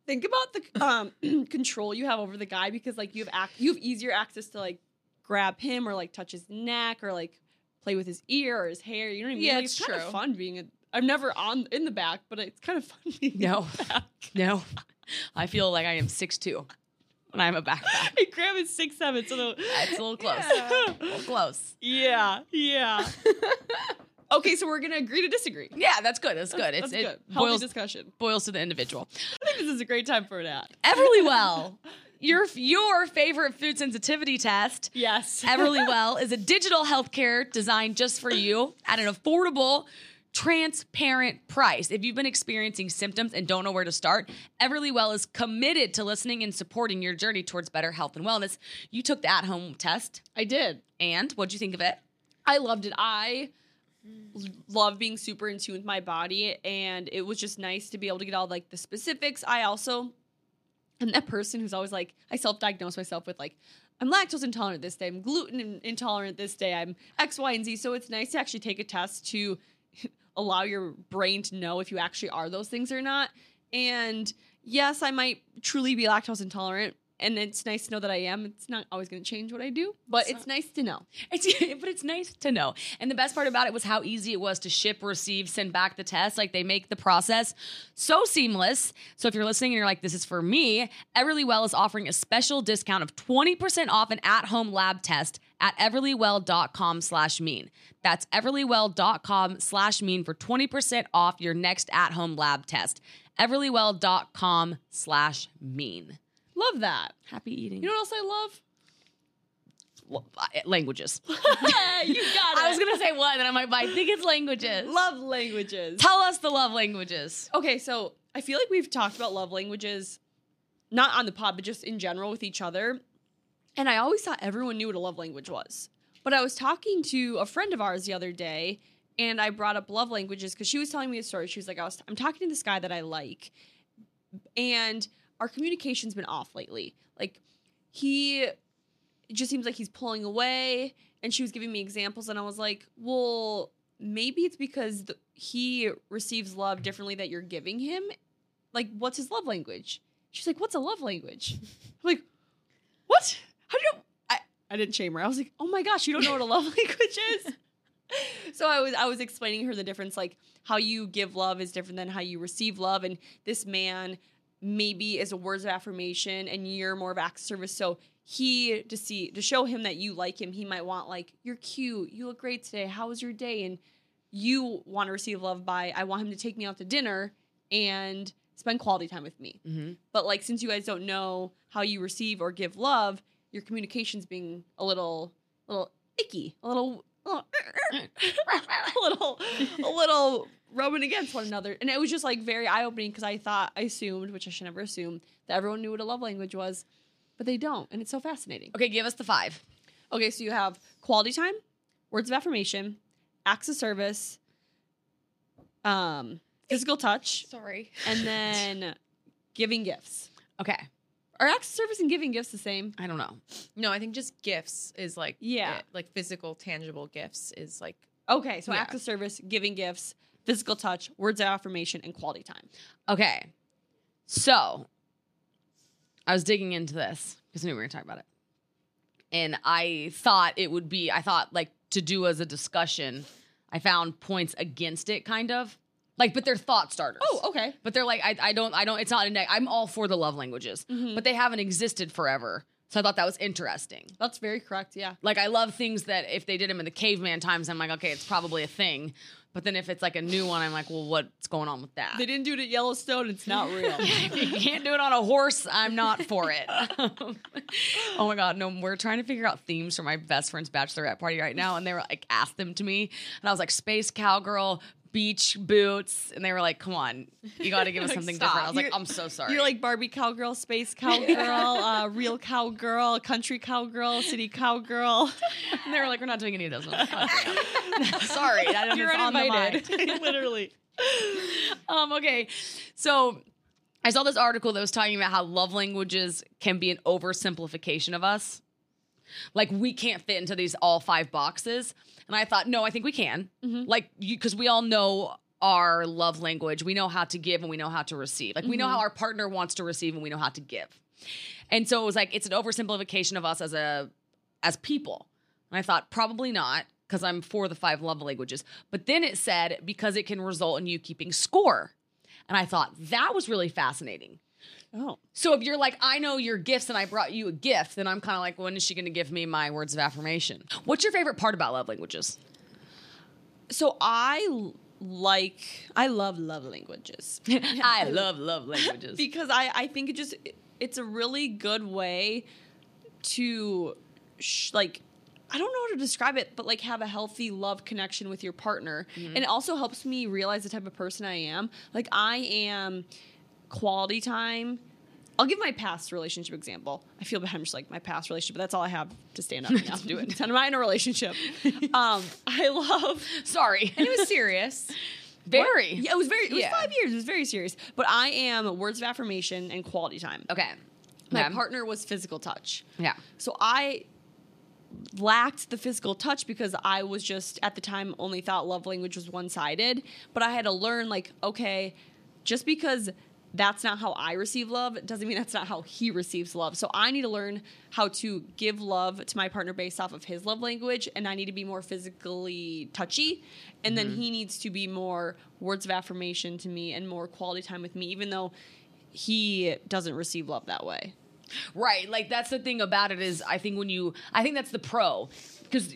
think about the um, control you have over the guy because like you have ac- you have easier access to like grab him or like touch his neck or like play with his ear or his hair. You know what I mean?
Yeah,
like,
it's
kind of
true.
fun being. A, I'm never on in the back, but it's kind of fun being in
No.
the back.
No, I feel like I am six two, and I'm a backpack.
And Graham is six seven, so the,
That's a little close. A little close.
yeah, yeah. okay, so we're gonna agree to disagree.
Yeah, that's good. That's good. it's
That's good.
it
Healthy
boils
discussion.
boils to the individual.
I think this is a great time for that.
Everlywell, your your favorite food sensitivity test.
Yes.
Everlywell is a digital healthcare designed just for you at an affordable, transparent price. If you've been experiencing symptoms and don't know where to start, Everlywell is committed to listening and supporting your journey towards better health and wellness. You took the at-home test,
I did.
and what'd you think of it?
I loved it. I l- love being super in tune with my body, and it was just nice to be able to get all like the specifics. I also am that person who's always like, I self-diagnose myself with like, I'm lactose intolerant this day, I'm gluten in- intolerant this day, I'm X, Y, and Z. So it's nice to actually take a test to allow your brain to know if you actually are those things or not. And yes, I might truly be lactose intolerant. And it's nice to know that I am. It's not always going to change what I do, but
It's
it's nice to know.
It's, but it's nice to know. And the best part about it was how easy it was to ship, receive, send back the test. Like they make the process so seamless. So if you're listening and you're like, this is for me, Everlywell is offering a special discount of 20% off an at-home lab test at everlywell.com slash mean. That's everlywell.com slash mean for 20% off your next at-home lab test. Everlywell.com slash mean.
Love that.
Happy eating.
You know what else I love?
eh, languages.
Hey, you got
I was gonna say one, and I'm like, but I think it's languages.
love languages.
Tell us the love languages.
Okay, so I feel like we've talked about love languages, not on the pod, but just in general with each other. And I always thought everyone knew what a love language was. But I was talking to a friend of ours the other day, and I brought up love languages because she was telling me a story. She was like, I was, I'm talking to this guy that I like, and our communication's been off lately. Like, he it just seems like he's pulling away. And she was giving me examples, and I was like, well, maybe it's because th- he receives love differently that you're giving him. Like, what's his love language? She's like, what's a love language? I'm like, what? How do you? I, I didn't shame her. I was like, oh my gosh, you don't know what a love language is. So I was I was explaining her the difference, like how you give love is different than how you receive love, and this man maybe is a words of affirmation and you're more of acts of service. So he to see to show him that you like him, he might want like, you're cute, you look great today, how was your day? And you want to receive love by I want him to take me out to dinner and spend quality time with me. But like since you guys don't know how you receive or give love, your communication's being a little little icky, a little a little a little, a little rubbing against one another. And it was just like very eye opening because I thought I assumed, which I should never assume, that everyone knew what a love language was, but they don't. And it's so fascinating.
Okay, give us the five.
Okay, so you have quality time, words of affirmation, acts of service, um, physical touch,
Sorry.
and then giving gifts.
Okay,
Are acts of service and giving gifts the same?
I don't know.
No, I think just gifts is like
Yeah.
it. like physical, tangible gifts is like
Okay, so
Yeah.
acts of service, giving gifts, physical touch, words of affirmation, and quality time.
Okay, so I was digging into this because I knew we were going to talk about it, and I thought it would be. I thought like to do as a discussion. I found points against it, kind of like, but they're thought starters.
Oh, okay.
But they're like, I, I don't, I don't, it's not a neg- I'm all for the love languages,
Mm-hmm.
but they haven't existed forever. So I thought that was interesting.
That's very correct. Yeah.
Like, I love things that if they did them in the caveman times, I'm like, okay, it's probably a thing. But then if it's like a new one, I'm like, well, what's going on with that?
They didn't do it at Yellowstone. It's not real.
if you can't do it on a horse, I'm not for it. oh my god, no! We're trying to figure out themes for my best friend's bachelorette party right now, and they were like, asked them to me, and I was like, space cowgirl, beach boots, and they were like, come on, you got to give us something
Stop.
different. I was like,
You're-
I'm so sorry.
You're like Barbie cowgirl, space cowgirl, uh, real cowgirl, country cowgirl, city cowgirl.
And they were like, we're not doing any of those. And I was like, "Oh, "Fuck yeah." Sorry, I don't,
You're
it's on the
uninvited.
mind.
Literally.
Um, okay, so I saw this article that was talking about how love languages can be an oversimplification of us. Like we can't fit into these all five boxes, and I thought, no, I think we can. Like, because we all know our love language, we know how to give and we know how to receive. Like, we know how our partner wants to receive and we know how to give. And so it was like it's an oversimplification of us as a as people. And I thought probably not because I'm for the five love languages. But then it said because it can result in you keeping score. And I thought that was really fascinating.
Oh.
So if you're like, I know your gifts and I brought you a gift, then I'm kind of like, when is she going to give me my words of affirmation? What's your favorite part about love languages?
So I l- like, I love love languages.
I love love languages.
because I, I think it just it's a really good way to sh- like I don't know how to describe it, but like have a healthy love connection with your partner, and it also helps me realize the type of person I am. Like I am quality time. I'll give my past relationship example. I feel bad. I'm just like my past relationship, but that's all I have to stand up now. Do it. It's not mine a relationship. Um, I love
Sorry,
it was serious.
very
yeah, it was very. It was
Yeah.
five years. It was very serious. But I am words of affirmation and quality time.
okay.
My
Okay.
partner was physical touch.
Yeah.
So I lacked the physical touch because I was just at the time only thought love language was one sided. But I had to learn, like, okay, just because that's not how I receive love doesn't mean that's not how he receives love. So I need to learn how to give love to my partner based off of his love language, and I need to be more physically touchy. And then he needs to be more words of affirmation to me and more quality time with me, even though he doesn't receive love that way.
Right. Like that's the thing about it is I think when you I think that's the pro because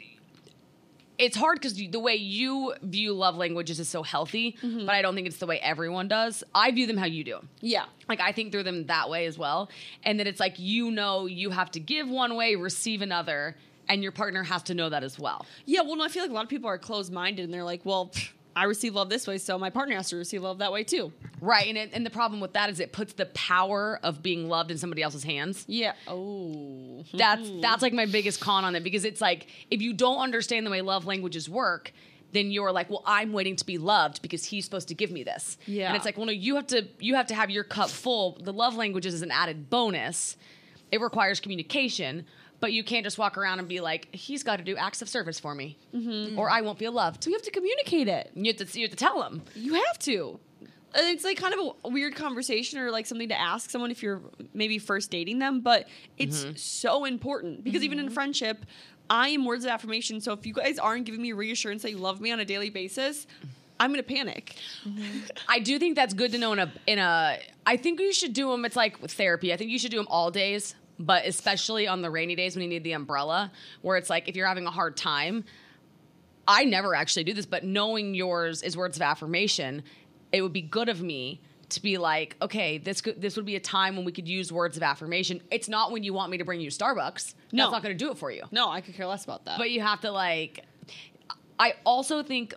it's hard because the way you view love languages is so healthy, but I don't think it's the way everyone does. I view them how you do.
Yeah.
Like I think through them that way as well, and that it's like you know you have to give one way, receive another, and your partner has to know that as well.
Yeah, well, no, I feel like a lot of people are closed minded and they're like, well, pff, I receive love this way, so my partner has to receive love that way too.
Right. And it, and the problem with that is it puts the power of being loved in somebody else's hands.
Yeah. Oh.
That's that's like my biggest con on it because it's like if you don't understand the way love languages work, then you're like, well, I'm waiting to be loved because he's supposed to give me this.
Yeah.
And it's like, well, no, you have to you have to have your cup full. The love languages is an added bonus. It requires communication, but you can't just walk around and be like, he's got to do acts of service for me, or I won't feel loved.
So you have to communicate it.
You have to you have to tell him.
You have to. And it's like kind of a weird conversation or like something to ask someone if you're maybe first dating them, but it's so important because even in friendship, I am words of affirmation. So if you guys aren't giving me reassurance that you love me on a daily basis, I'm going to panic.
I do think that's good to know in a in a. I I think you should do them. It's like with therapy. I think you should do them all days, but especially on the rainy days when you need the umbrella, where it's like if you're having a hard time. I never actually do this, but knowing yours is words of affirmation. It would be good of me to be like, okay, this could, this would be a time when we could use words of affirmation. It's not when you want me to bring you Starbucks. No,
No.
that's not going to do it for you.
No, I could care less about that.
But you have to like. I also think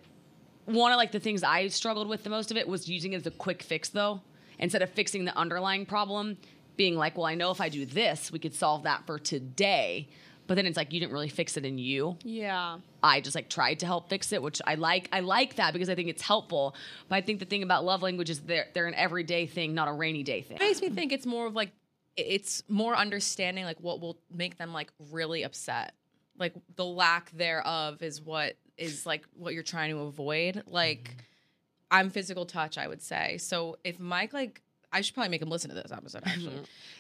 one of like the things I struggled with the most of it was using it as a quick fix though, instead of fixing the underlying problem, being like, well, I know if I do this, we could solve that for today. But then it's like you didn't really fix it in you.
yeah.
I just like tried to help fix it, which I like. I like that because I think it's helpful. But I think the thing about love language is they're they're an everyday thing, not a rainy day thing.
makes me think it's more of like i- it's more understanding like what will make them like really upset like the lack thereof is what is like what you're trying to avoid like i'm physical touch i would say so if mike like i should probably make him listen to this episode actually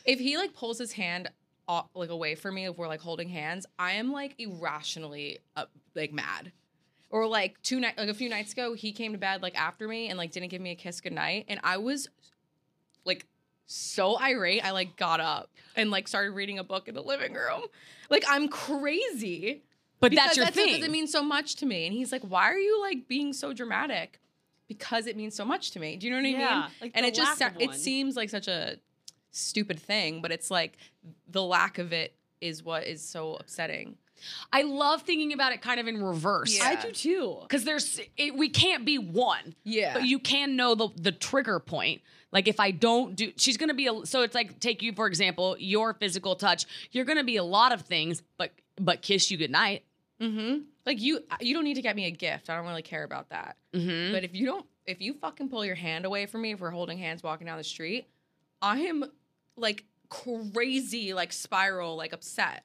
if he like pulls his hand off, like away from me if we're like holding hands i am like irrationally uh, like mad or like two night like a few nights ago he came to bed like after me and like didn't give me a kiss goodnight and i was like so irate i like got up and like started reading a book in the living room like i'm crazy
But
because
that's your
that's
thing.
What, that means so much to me and he's like why are you like being so dramatic because it means so much to me do you know what i
Yeah,
mean
like
and
the
it just
lack
sa-
of
it
one.
seems like such a stupid thing but it's like the lack of it is what is so upsetting
I love thinking about it kind of in reverse.
Yeah.
I do too.
because there's it, we can't be one
Yeah.
but you can know the the trigger point like if i don't do she's gonna be a, so it's like take you for example your physical touch you're gonna be a lot of things but but kiss you goodnight
Mm-hmm. Like you, you don't need to get me a gift. I don't really care about that.
mm-hmm.
But if you don't, if you fucking pull your hand away from me, if we're holding hands walking down the street, I am like crazy, like spiral, like upset.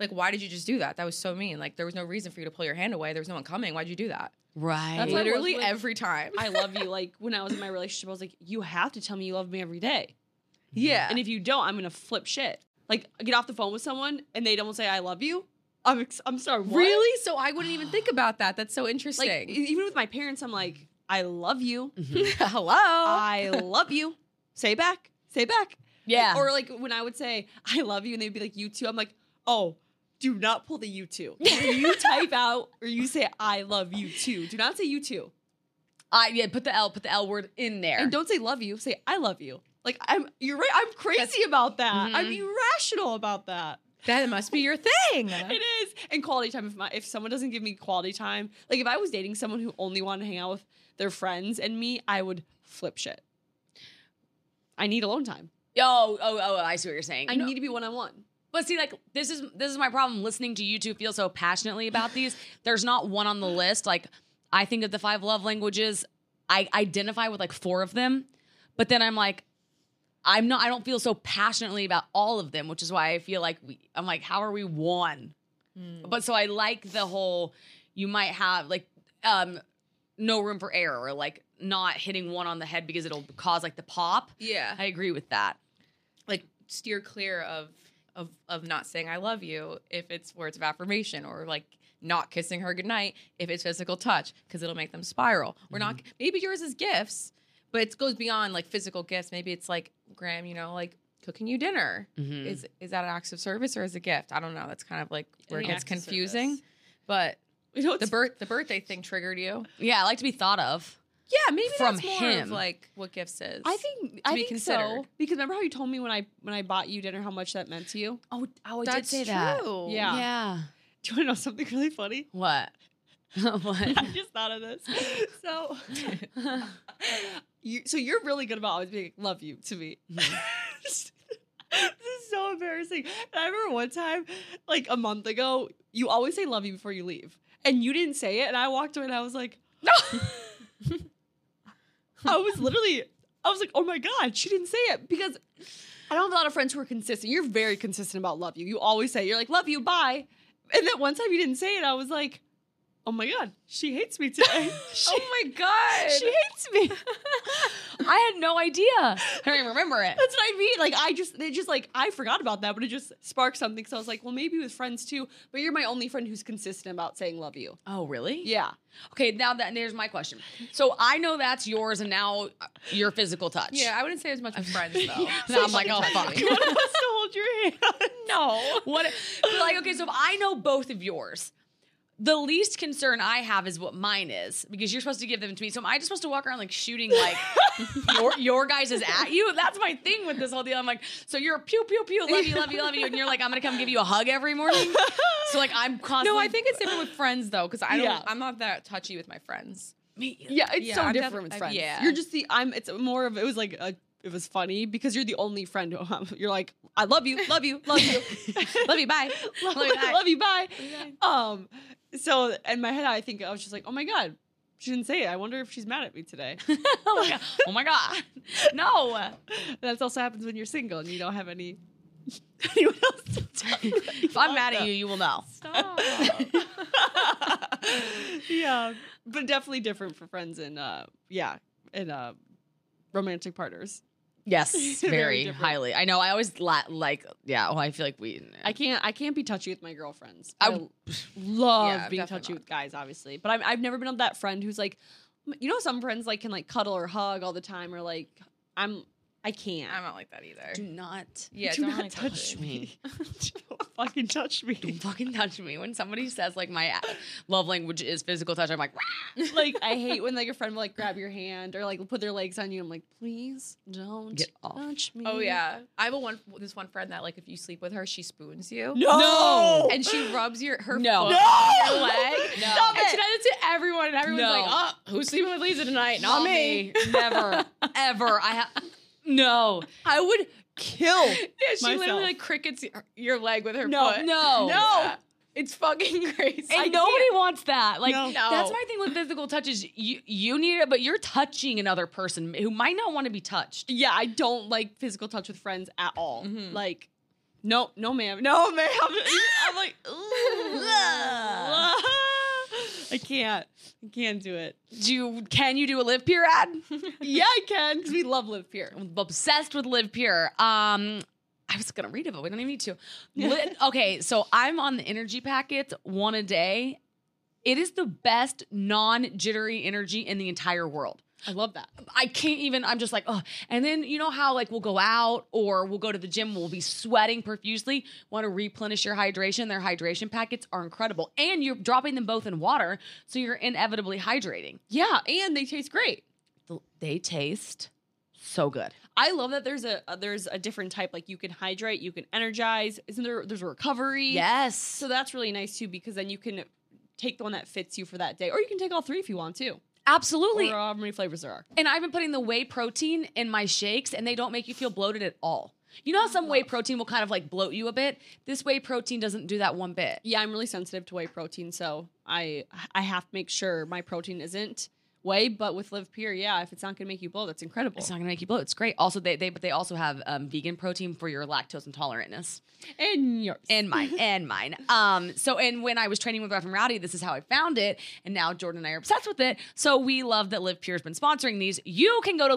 Like, why did you just do that? That was so mean. Like, there was no reason for you to pull your hand away. There was no one coming. Why'd you do that?
right
That's what I was
Literally
with-
every time.
I love you. Like when I was in my relationship, I was like, you have to tell me you love me every day.
yeah.
And if you don't, I'm gonna flip shit. Like I get off the phone with someone and they don't say I love you. I'm ex- I'm sorry. what?
really? So I wouldn't even think about that. That's so
Like
interesting. Mm-hmm.
e- even with my parents, I'm like, I love you.
Hello.
I love you. Say back. Say back.
yeah
Or like when I would say I love you and they'd be like you too. I'm like, oh, do not pull the you too. Either you type out or you say I love you too. Do not say you too.
I, yeah put the l put the l word in there
And don't say love you. Say I love you. Like I'm. You're right. I'm crazy about that. I'm
Mm-hmm.
irrational about that.
that must be your thing.
It is. And quality time. If my if someone doesn't give me quality time, like if I was dating someone who only wanted to hang out with their friends and me, I would flip shit. I need alone time.
oh oh oh i see what you're saying
I need to be one on one.
But see, like this is this is my problem. Listening to you two feel so passionately about these. There's not one on the list. Like I think of the five love languages. I identify with like four of them, but then I'm like, I'm not. I don't feel so passionately about all of them, which is why I feel like we. I'm like, how are we one? But so I like the whole. You might have like um, no room for error, or like not hitting one on the head because it'll cause like the pop.
Yeah.
I agree with that.
like steer clear of of of not saying I love you if it's words of affirmation or like not kissing her goodnight if it's physical touch because it'll make them spiral. We're not maybe yours is gifts, but it goes beyond like physical gifts. Maybe it's like Graham, you know, like cooking you dinner.
Mm.
Is is that an act of service or is it a gift? I don't know. That's kind of like where it
think
gets
acts of
confusing.
service.
But
You know,
the
it's-
birth the birthday thing triggered you.
Yeah, I like to be thought of.
Yeah, maybe
From
that's more
him.
of like what gifts is.
I think I
be
think so
considered.
because remember how you told me when I when I bought you dinner how much that meant to you.
Oh, oh, I did
that's
say
true.
that.
Yeah.
Yeah.
Do you want to know something really funny?
What? what?
I just thought of this. So, you, so you're really good about always being like, "love you" to me. this is so embarrassing. And I remember one time, like a month ago, you always say "love you" before you leave, and you didn't say it, and I walked away, and I was like, "No." I was literally, I was like, "Oh my god, she didn't say it," because I don't have a lot of friends who are consistent. You're very consistent about "love you." You always say, it. "You're like love you, bye." And then one time you didn't say it, I was like, "Oh my god, she hates me today." she,
Oh my god.
she hates me.
I I had no idea. I don't even remember it.
That's what I mean. Like I just it just like I forgot about that, but it just sparked something. So I was like, well, maybe with friends too. But you're my only friend who's consistent about saying love you.
Oh, really?
Yeah.
Okay, now that there's my question. So I know that's yours, and now uh, your physical touch.
Yeah, I wouldn't say as much with friends though.
Now I'm like, oh fuck.
You want us to hold your hand?
no. What? but like, okay, so if I know both of yours, the least concern I have is what mine is because you're supposed to give them to me. So am I just supposed to walk around like shooting like your your guys is at you? That's my thing with this whole deal. I'm like, so you're pew pew pew, love you, love you, love you, and you're like, I'm gonna come give you a hug every morning. So like, I'm constantly.
No, I think it's different with friends though, because I don't.
Yeah.
I'm not that touchy with my friends.
me.
Yeah, it's
Yeah,
so
I'm
different
defi-
with
I-
friends.
yeah.
You're just the I'm it's more of it was like a it was funny because you're the only friend who um, you're like, I love you, love you, love you,
love you. Bye.
love,
Love you, bye.
love you, bye. Um so in my head I think I was just like, Oh my god, she didn't say it. I wonder if she's mad at me today.
oh my god. Oh my god. No.
That also happens when you're single and you don't have any anyone else to talk
If I'm mad at you, you will know.
Stop.
yeah, but definitely different for friends and uh, yeah, and uh, romantic partners.
Yes,
Very
very,
different.
highly. I know. I always la- like. Yeah. Oh, I feel like we.
I can't I can't be touchy with my girlfriends.
I
I,
w-
love
Yeah,
being
definitely
touchy
not.
with guys, obviously, but I'm, I've never been that friend who's like, you know, some friends like can like cuddle or hug all the time, or like I'm I can't.
I'm not like that either.
do not
yeah,
do
don't
not
really
touch
it.
me.
Don't fucking touch me.
fucking touch me when somebody says like my uh, love language is physical touch. I'm like, "Wah."
like I hate when like a friend will like grab your hand or like put their legs on you. I'm like, please don't
Get off.
touch me.
Oh yeah, I have a one this one friend that like if you sleep with her, she spoons you.
No.
No.
and she rubs your her
No.
foot
No.
on your leg.
No.
Stop
And
it.
she does it to everyone, and everyone's
No.
like, "Oh, who's sleeping with Lisa tonight? Not,
Not
me."
me. Never, ever. I have no.
I would kill.
Yeah, she
Myself.
literally like crickets your- your leg with her
No.
foot.
No.
no, it's fucking crazy.
And nobody wants that. Like
No.
that's my thing with physical touch is you you need it, but you're touching another person who might not want to be touched.
Yeah, I don't like physical touch with friends at all. Like, no, no, ma'am, no, ma'am. I'm like, "Ooh." I can't, I can't do it.
Do you, can you do a live peer ad?
Yeah, I can because we love live here.
I'm obsessed with Live Pure. Um, I was gonna read it, but we don't even need to. Li- okay, so I'm on the energy packet one a day. It is the best non jittery energy in the entire world.
I love that.
I can't even, I'm just like, oh. And then you know how, like, we'll go out or we'll go to the gym, we'll be sweating profusely, want to replenish your hydration. Their hydration packets are incredible. And you're dropping them both in water, so you're inevitably hydrating.
Yeah, and they taste great.
Th- They taste so good.
I love that there's a uh, there's a different type. Like you can hydrate, you can energize. Isn't there? There's a recovery.
Yes.
So that's really nice too because then you can take the one that fits you for that day, or you can take all three if you want to. Or
absolutely.
how many flavors there are?
And I've been putting the whey protein in my shakes and they don't make you feel bloated at all. You know how some whey protein will kind of like bloat you a bit? This whey protein doesn't do that one bit.
yeah, I'm really sensitive to whey protein, so I I have to make sure my protein isn't whey. But with Live Pure, yeah, if it's not gonna make you blow, that's incredible.
It's not gonna make you bloat. It's great. Also, they, they but they also have um, vegan protein for your lactose intolerantness.
And yours.
And mine, and mine. Um, so and when I was training with Rough and Rowdy, this is how I found it. And now Jordan and I are obsessed with it. So we love that Live Pure's been sponsoring these. You can go to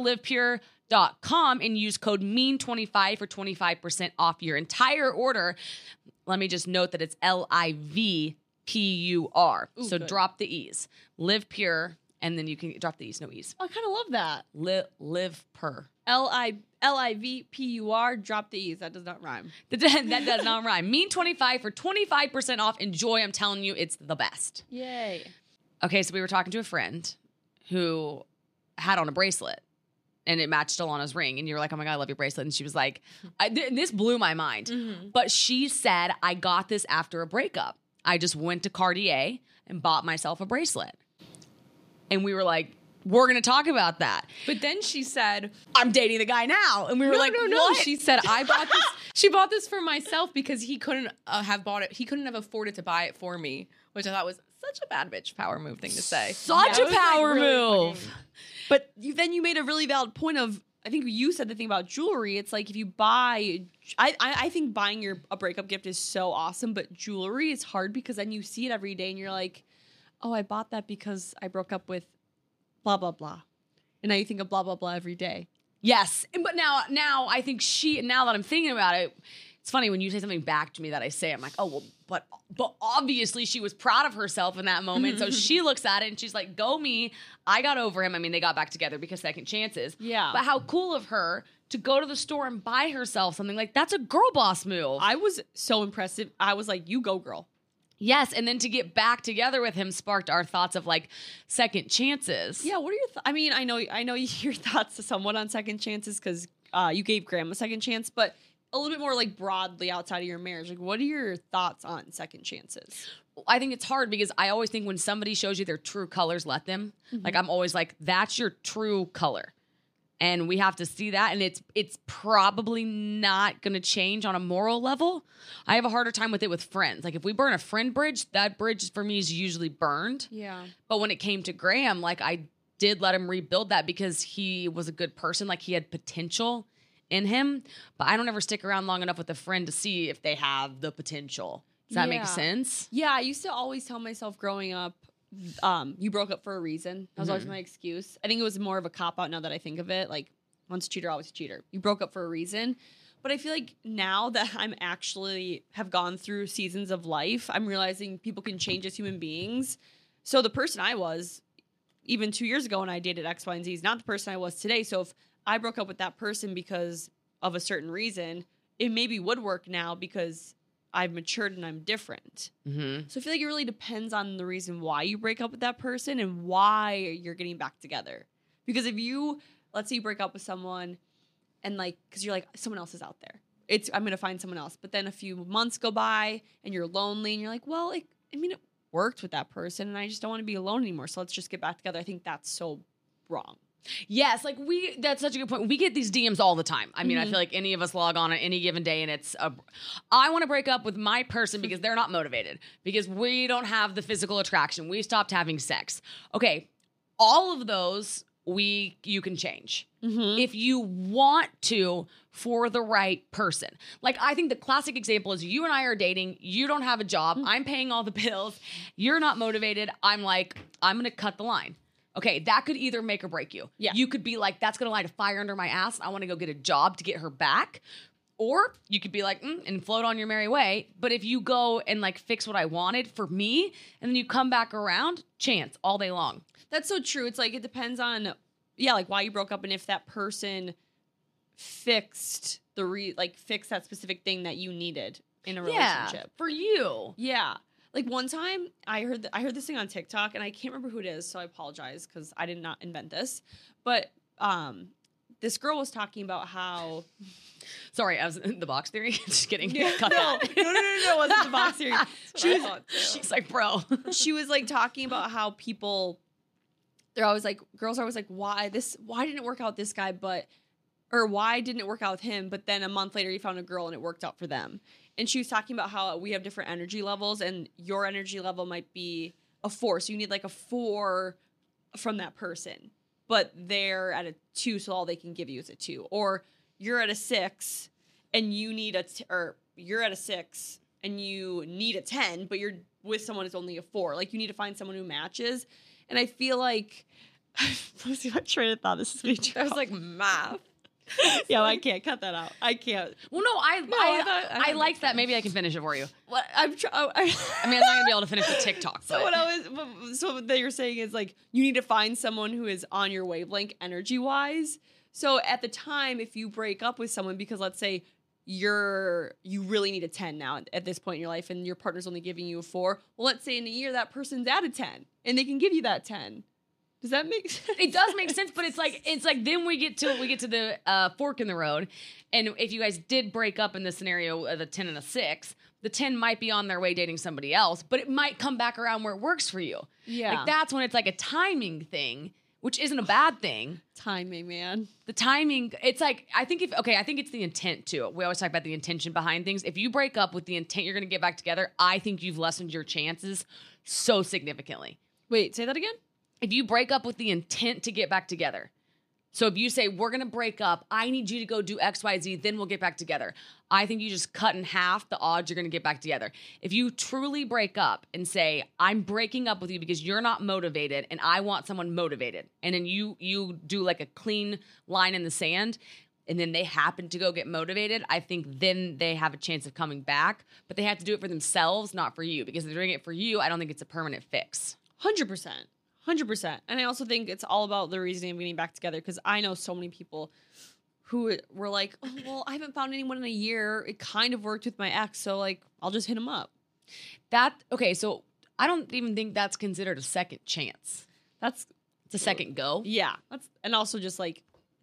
livepure.com and use code MEAN25 for 25% off your entire order. Let me just note that it's L I V P U R. So
good.
drop the E's. Live Pure, and then you can drop the E's, no E's.
I kind of love that.
Li- live Pur.
L I L I V P U R. Drop the e's. That does not rhyme.
That, that does not rhyme. Mean 25 for 25% off. Enjoy. I'm telling you, it's the best.
Yay.
Okay, so we were talking to a friend who had on a bracelet and it matched Alana's ring. And you were like, oh my God, I love your bracelet. And she was like, I, th- this blew my mind.
Mm-hmm.
But she said, I got this after a breakup. I just went to Cartier and bought myself a bracelet. And we were like, we're going to talk about that.
But then she said,
I'm dating the guy now. And we were
"No,
like,
no, no."
what?
She said, "I bought this. she bought this for myself because he couldn't uh, have bought it. He couldn't have afforded to buy it for me," which I thought was such a bad bitch power move thing to say.
such a
Yeah, it was, like,
power
really
move.
But you, then you made a really valid point of I think you said the thing about jewelry. It's like if you buy, I I, I think buying your a breakup gift is so awesome, but jewelry is hard because then you see it every day and you're like, oh, I bought that because I broke up with blah blah blah, and now you think of blah blah blah every day.
Yes, and, but now, now I think she. Now that I'm thinking about it, it's funny when you say something back to me that I say. I'm like, oh well, but but obviously she was proud of herself in that moment.
Mm-hmm.
so she looks at it and she's like, go me. I got over him. I mean, they got back together because second chances.
Yeah.
But how cool of her to go to the store and buy herself something like that's a girl boss move.
I was so impressive. I was like, you go, girl.
yes, and then to get back together with him sparked our thoughts of like second chances.
Yeah, what are your? Th- I mean, I know, I know your thoughts somewhat on second chances because uh, you gave Graham a second chance, but a little bit more like broadly outside of your marriage. Like, what are your thoughts on second chances?
I think it's hard because I always think when somebody shows you their true colors, let them. Like I'm always like, that's your true color. And we have to see that. And it's it's probably not gonna change on a moral level. I have a harder time with it with friends. Like if we burn a friend bridge, that bridge for me is usually burned.
Yeah,
But when it came to Graham, like I did let him rebuild that because he was a good person. Like he had potential in him. But I don't ever stick around long enough with a friend to see if they have the potential. Does that
Yeah.
make sense?
yeah. I used to always tell myself growing up, um, you broke up for a reason. That was always my excuse. I think it was more of a cop out now that I think of it. Like, once a cheater, always a cheater. You broke up for a reason. But I feel like now that I'm actually have gone through seasons of life, I'm realizing people can change as human beings. So the person I was even two years ago when I dated X, Y, and Z is not the person I was today. So if I broke up with that person because of a certain reason, it maybe would work now because I've matured and I'm different.
Mm-hmm.
So I feel like it really depends on the reason why you break up with that person and why you're getting back together. Because if you, let's say you break up with someone and like, because you're like, someone else is out there. It's, I'm going to find someone else. But then a few months go by and you're lonely and you're like, well, it, I mean, it worked with that person and I just don't want to be alone anymore. So let's just get back together. I think that's so wrong.
Yes, like we that's such a good point. We get these DMs all the time. I mean, I
Mhm.
feel like any of us log on on any given day and it's a I want to break up with my person because they're not motivated because we don't have the physical attraction. We stopped having sex. Okay, all of those we you can change if you want to for the right person. Like I think the classic example is you and I are dating, you don't have a job,
Mm.
I'm paying all the bills, you're not motivated, I'm like I'm going to cut the line. Okay, that could either make or break you.
Yeah.
You could be like that's going to light a fire under my ass, I want to go get a job to get her back. Or you could be like, mm, and float on your merry way. But if you go and like fix what I wanted for me, and then you come back around, chance all day long.
That's so true. It's like it depends on yeah, like why you broke up and if that person fixed the re like fixed that specific thing that you needed in a relationship.
for you.
Yeah. Like one time I heard th- I heard this thing on TikTok and I can't remember who it is, so I apologize cuz I did not invent this. But um this girl was talking about how
Sorry, I was in the box theory. Just kidding.
Yeah,
Cut
no,
that.
no, no, no, no, it wasn't the box theory. She
I
was-
thought, too.
She's like, bro.
she was like talking about how people they're always like girls are always like why this why didn't it work out with this guy but or why didn't it work out with him but then a month later he found a girl and it worked out for them and she was talking about how we have different energy levels and your energy level might be a four so you need like a four from that person but they're at a two so all they can give you is a two or you're at a six and you need a t- or you're at a six and you need a 10 but you're with someone who's only a four like you need to find someone who matches and i feel like i'm train of thought this is me
That was like math.
yeah i can't cut that out i can't
Well, no,
I
I I,
thought- I
I,
don't
liked that. Maybe I can finish it for you.
what i'm trying I,
I mean, I'm not gonna be able to finish the TikTok.
so
but-
what i was so what they were saying is like you need to find someone who is on your wavelength energy wise so at the time if you break up with someone because let's say you're you really need a 10 now at this point in your life and your partner's only giving you a 4 well let's say in a year that person's at a 10 and they can give you that 10 does that make sense
it does make sense, but it's like it's like then we get to we get to the uh, fork in the road, and if you guys did break up in this scenario of a ten and a six, the ten might be on their way dating somebody else, but it might come back around where it works for you.
yeah
Like that's when it's like a timing thing, which isn't a bad thing.
timing man
the timing it's like i think if okay i think it's the intent too we always talk about the intention behind things if you break up with the intent you're going to get back together i think you've lessened your chances so significantly
wait say that again
if you break up with the intent to get back together So if you say we're gonna break up, I need you to go do X, Y, Z, then we'll get back together. I think you just cut in half the odds you're gonna get back together. If you truly break up and say I'm breaking up with you because you're not motivated and I want someone motivated, and then you you do like a clean line in the sand, and then they happen to go get motivated, I think then they have a chance of coming back. But they have to do it for themselves, not for you, because if they're doing it for you. I don't think it's a permanent fix.
Hundred percent, hundred percent. And I also think it's all about the reasoning of getting back together because I know so many people who were like, oh, "Well, I haven't found anyone in a year. It kind of worked with my ex, so like, I'll just hit him up."
That okay, so I don't even think that's considered a second chance.
That's
It's a second go.
yeah. That's and also just like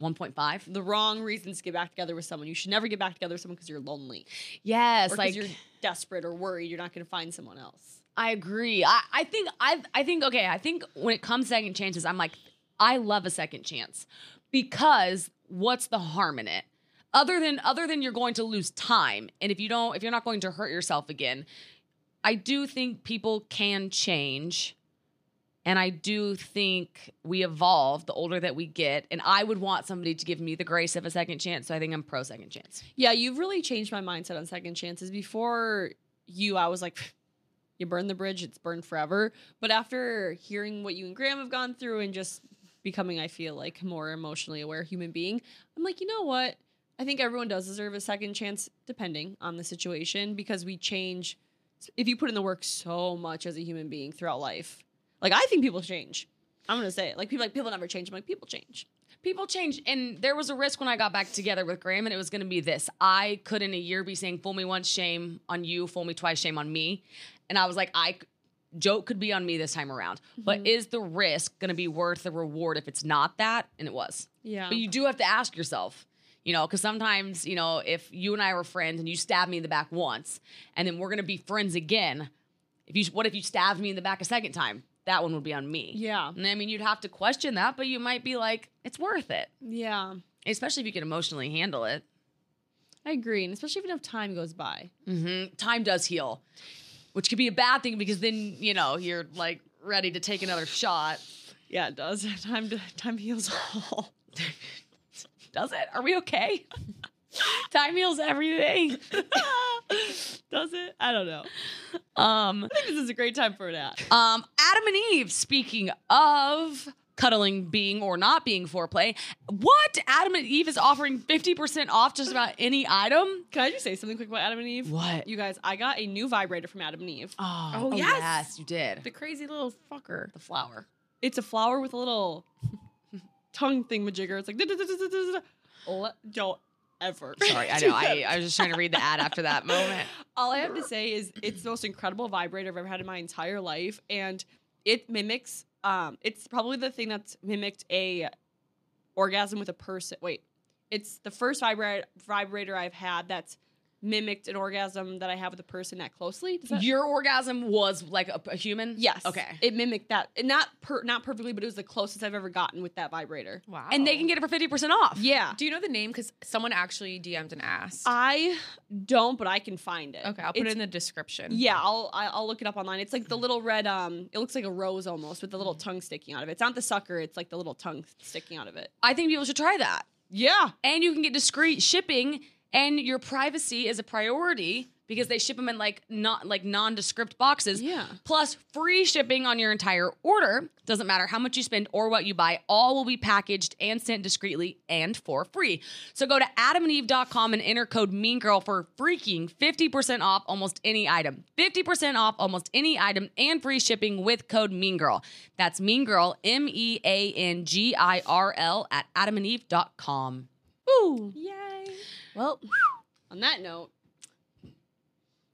1.5.
the wrong reasons to get back together with someone. You should never get back together with someone because you're lonely
Yes,
or because
like
you're desperate or worried you're not going to find someone else.
I agree. I, I think I I think okay, I think when it comes to second chances, I'm like, I love a second chance because what's the harm in it? Other than other than you're going to lose time. And if you don't if you're not going to hurt yourself again, I do think people can change. And I do think we evolve the older that we get. And I would want somebody to give me the grace of a second chance. So I think I'm pro second chance.
Yeah, you've really changed my mindset on second chances. Before you, I was like, you burn the bridge, it's burned forever. But after hearing what you and Graham have gone through and just becoming, I feel like, a more emotionally aware human being, I'm like, you know what? I think everyone does deserve a second chance, depending on the situation, because we change. If you put in the work so much as a human being throughout life, like I think people change. I'm gonna say it. Like people, like people never change. I'm like people change.
people change and there was a risk when i got back together with graham and it was going to be this i could in a year be saying fool me once shame on you fool me twice shame on me and i was like i joke could be on me this time around
Mm-hmm.
but is the risk going to be worth the reward if it's not that and it was
Yeah.
but you do have to ask yourself you know because sometimes you know if you and i were friends and you stabbed me in the back once and then we're going to be friends again if you what if you stabbed me in the back a second time that one would be on me
Yeah.
and I mean, you'd have to question that, but you might be like, it's worth it,
Yeah.
especially if you can emotionally handle it.
I agree, and especially if enough time goes by.
Mm, Time does heal, which could be a bad thing because then, you know, you're like ready to take another shot.
Yeah, it does. Time to, time heals all.
Does it? Are we okay? Time heals everything.
does it? I don't know.
Um,
I think this is a great time for that.
Um, Adam and Eve, speaking of cuddling being or not being foreplay, what? Adam and Eve is offering 50% off just about any item?
Can I just say something quick about Adam and Eve?
What?
You guys, I got a new vibrator from Adam and Eve.
Oh,
Oh,
oh,
yes.
you did.
The crazy little fucker.
the flower.
It's a flower with a little tongue thing majigger. It's like "Da-da-da-da-da-da-da." Le- don't ever.
Sorry, I
do
know. I,
that.
I was just trying to read the ad after that moment.
All I have to say is it's the most incredible vibrator I've ever had in my entire life, and it mimics. Um, it's probably the thing that's mimicked a orgasm with a person. Wait, it's the first vibra- vibrator I've had that's mimicked an orgasm that I have with a person that closely. Does that-
Your orgasm was like a, a human?
yes.
Okay.
It mimicked that, and not per- not perfectly, but it was the closest I've ever gotten with that vibrator.
Wow.
And they can get it for 50% off.
Yeah,
Do you know the name? Because someone actually DM'd and asked.
I don't, but I can find it.
okay, I'll put
It's
it in the description.
Yeah, I'll I- I'll look it up online. It's like the little red um it looks like a rose almost with the little tongue sticking out of it. It's not the sucker, it's like the little tongue sticking out of it.
I think people should try that.
Yeah.
And you can get discreet shipping, and your privacy is a priority because they ship them in like not like nondescript boxes.
Yeah.
Plus free shipping on your entire order. Doesn't matter how much you spend or what you buy, all will be packaged and sent discreetly and for free. So go to adamandeve.com and enter code mean girl for freaking 50% off almost any item. 50% off almost any item and free shipping with code mean girl. That's mean girl M E A N G I R L at adamandeve.com.
Ooh.
Yay.
Well, on that note,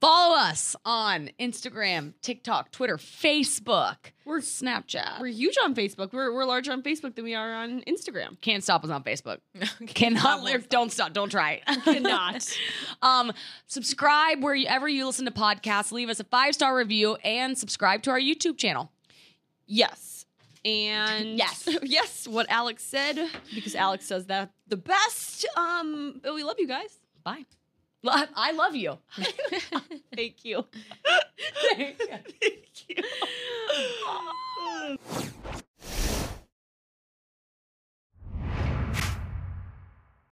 Follow us on Instagram, TikTok, Twitter, Facebook,
We're-
Snapchat.
we're huge on Facebook. We're we're larger on Facebook than we are on Instagram.
Can't stop us on Facebook. Cannot live. Don't stop. Don't try.
Cannot.
um, subscribe wherever you listen to podcasts. Leave us a five star review and subscribe to our YouTube channel.
yes. And
Yes.
yes, what Alex said, because Alex does that the best. Um but we love you guys.
Bye. Lo- I love you.
Thank you. Thank you.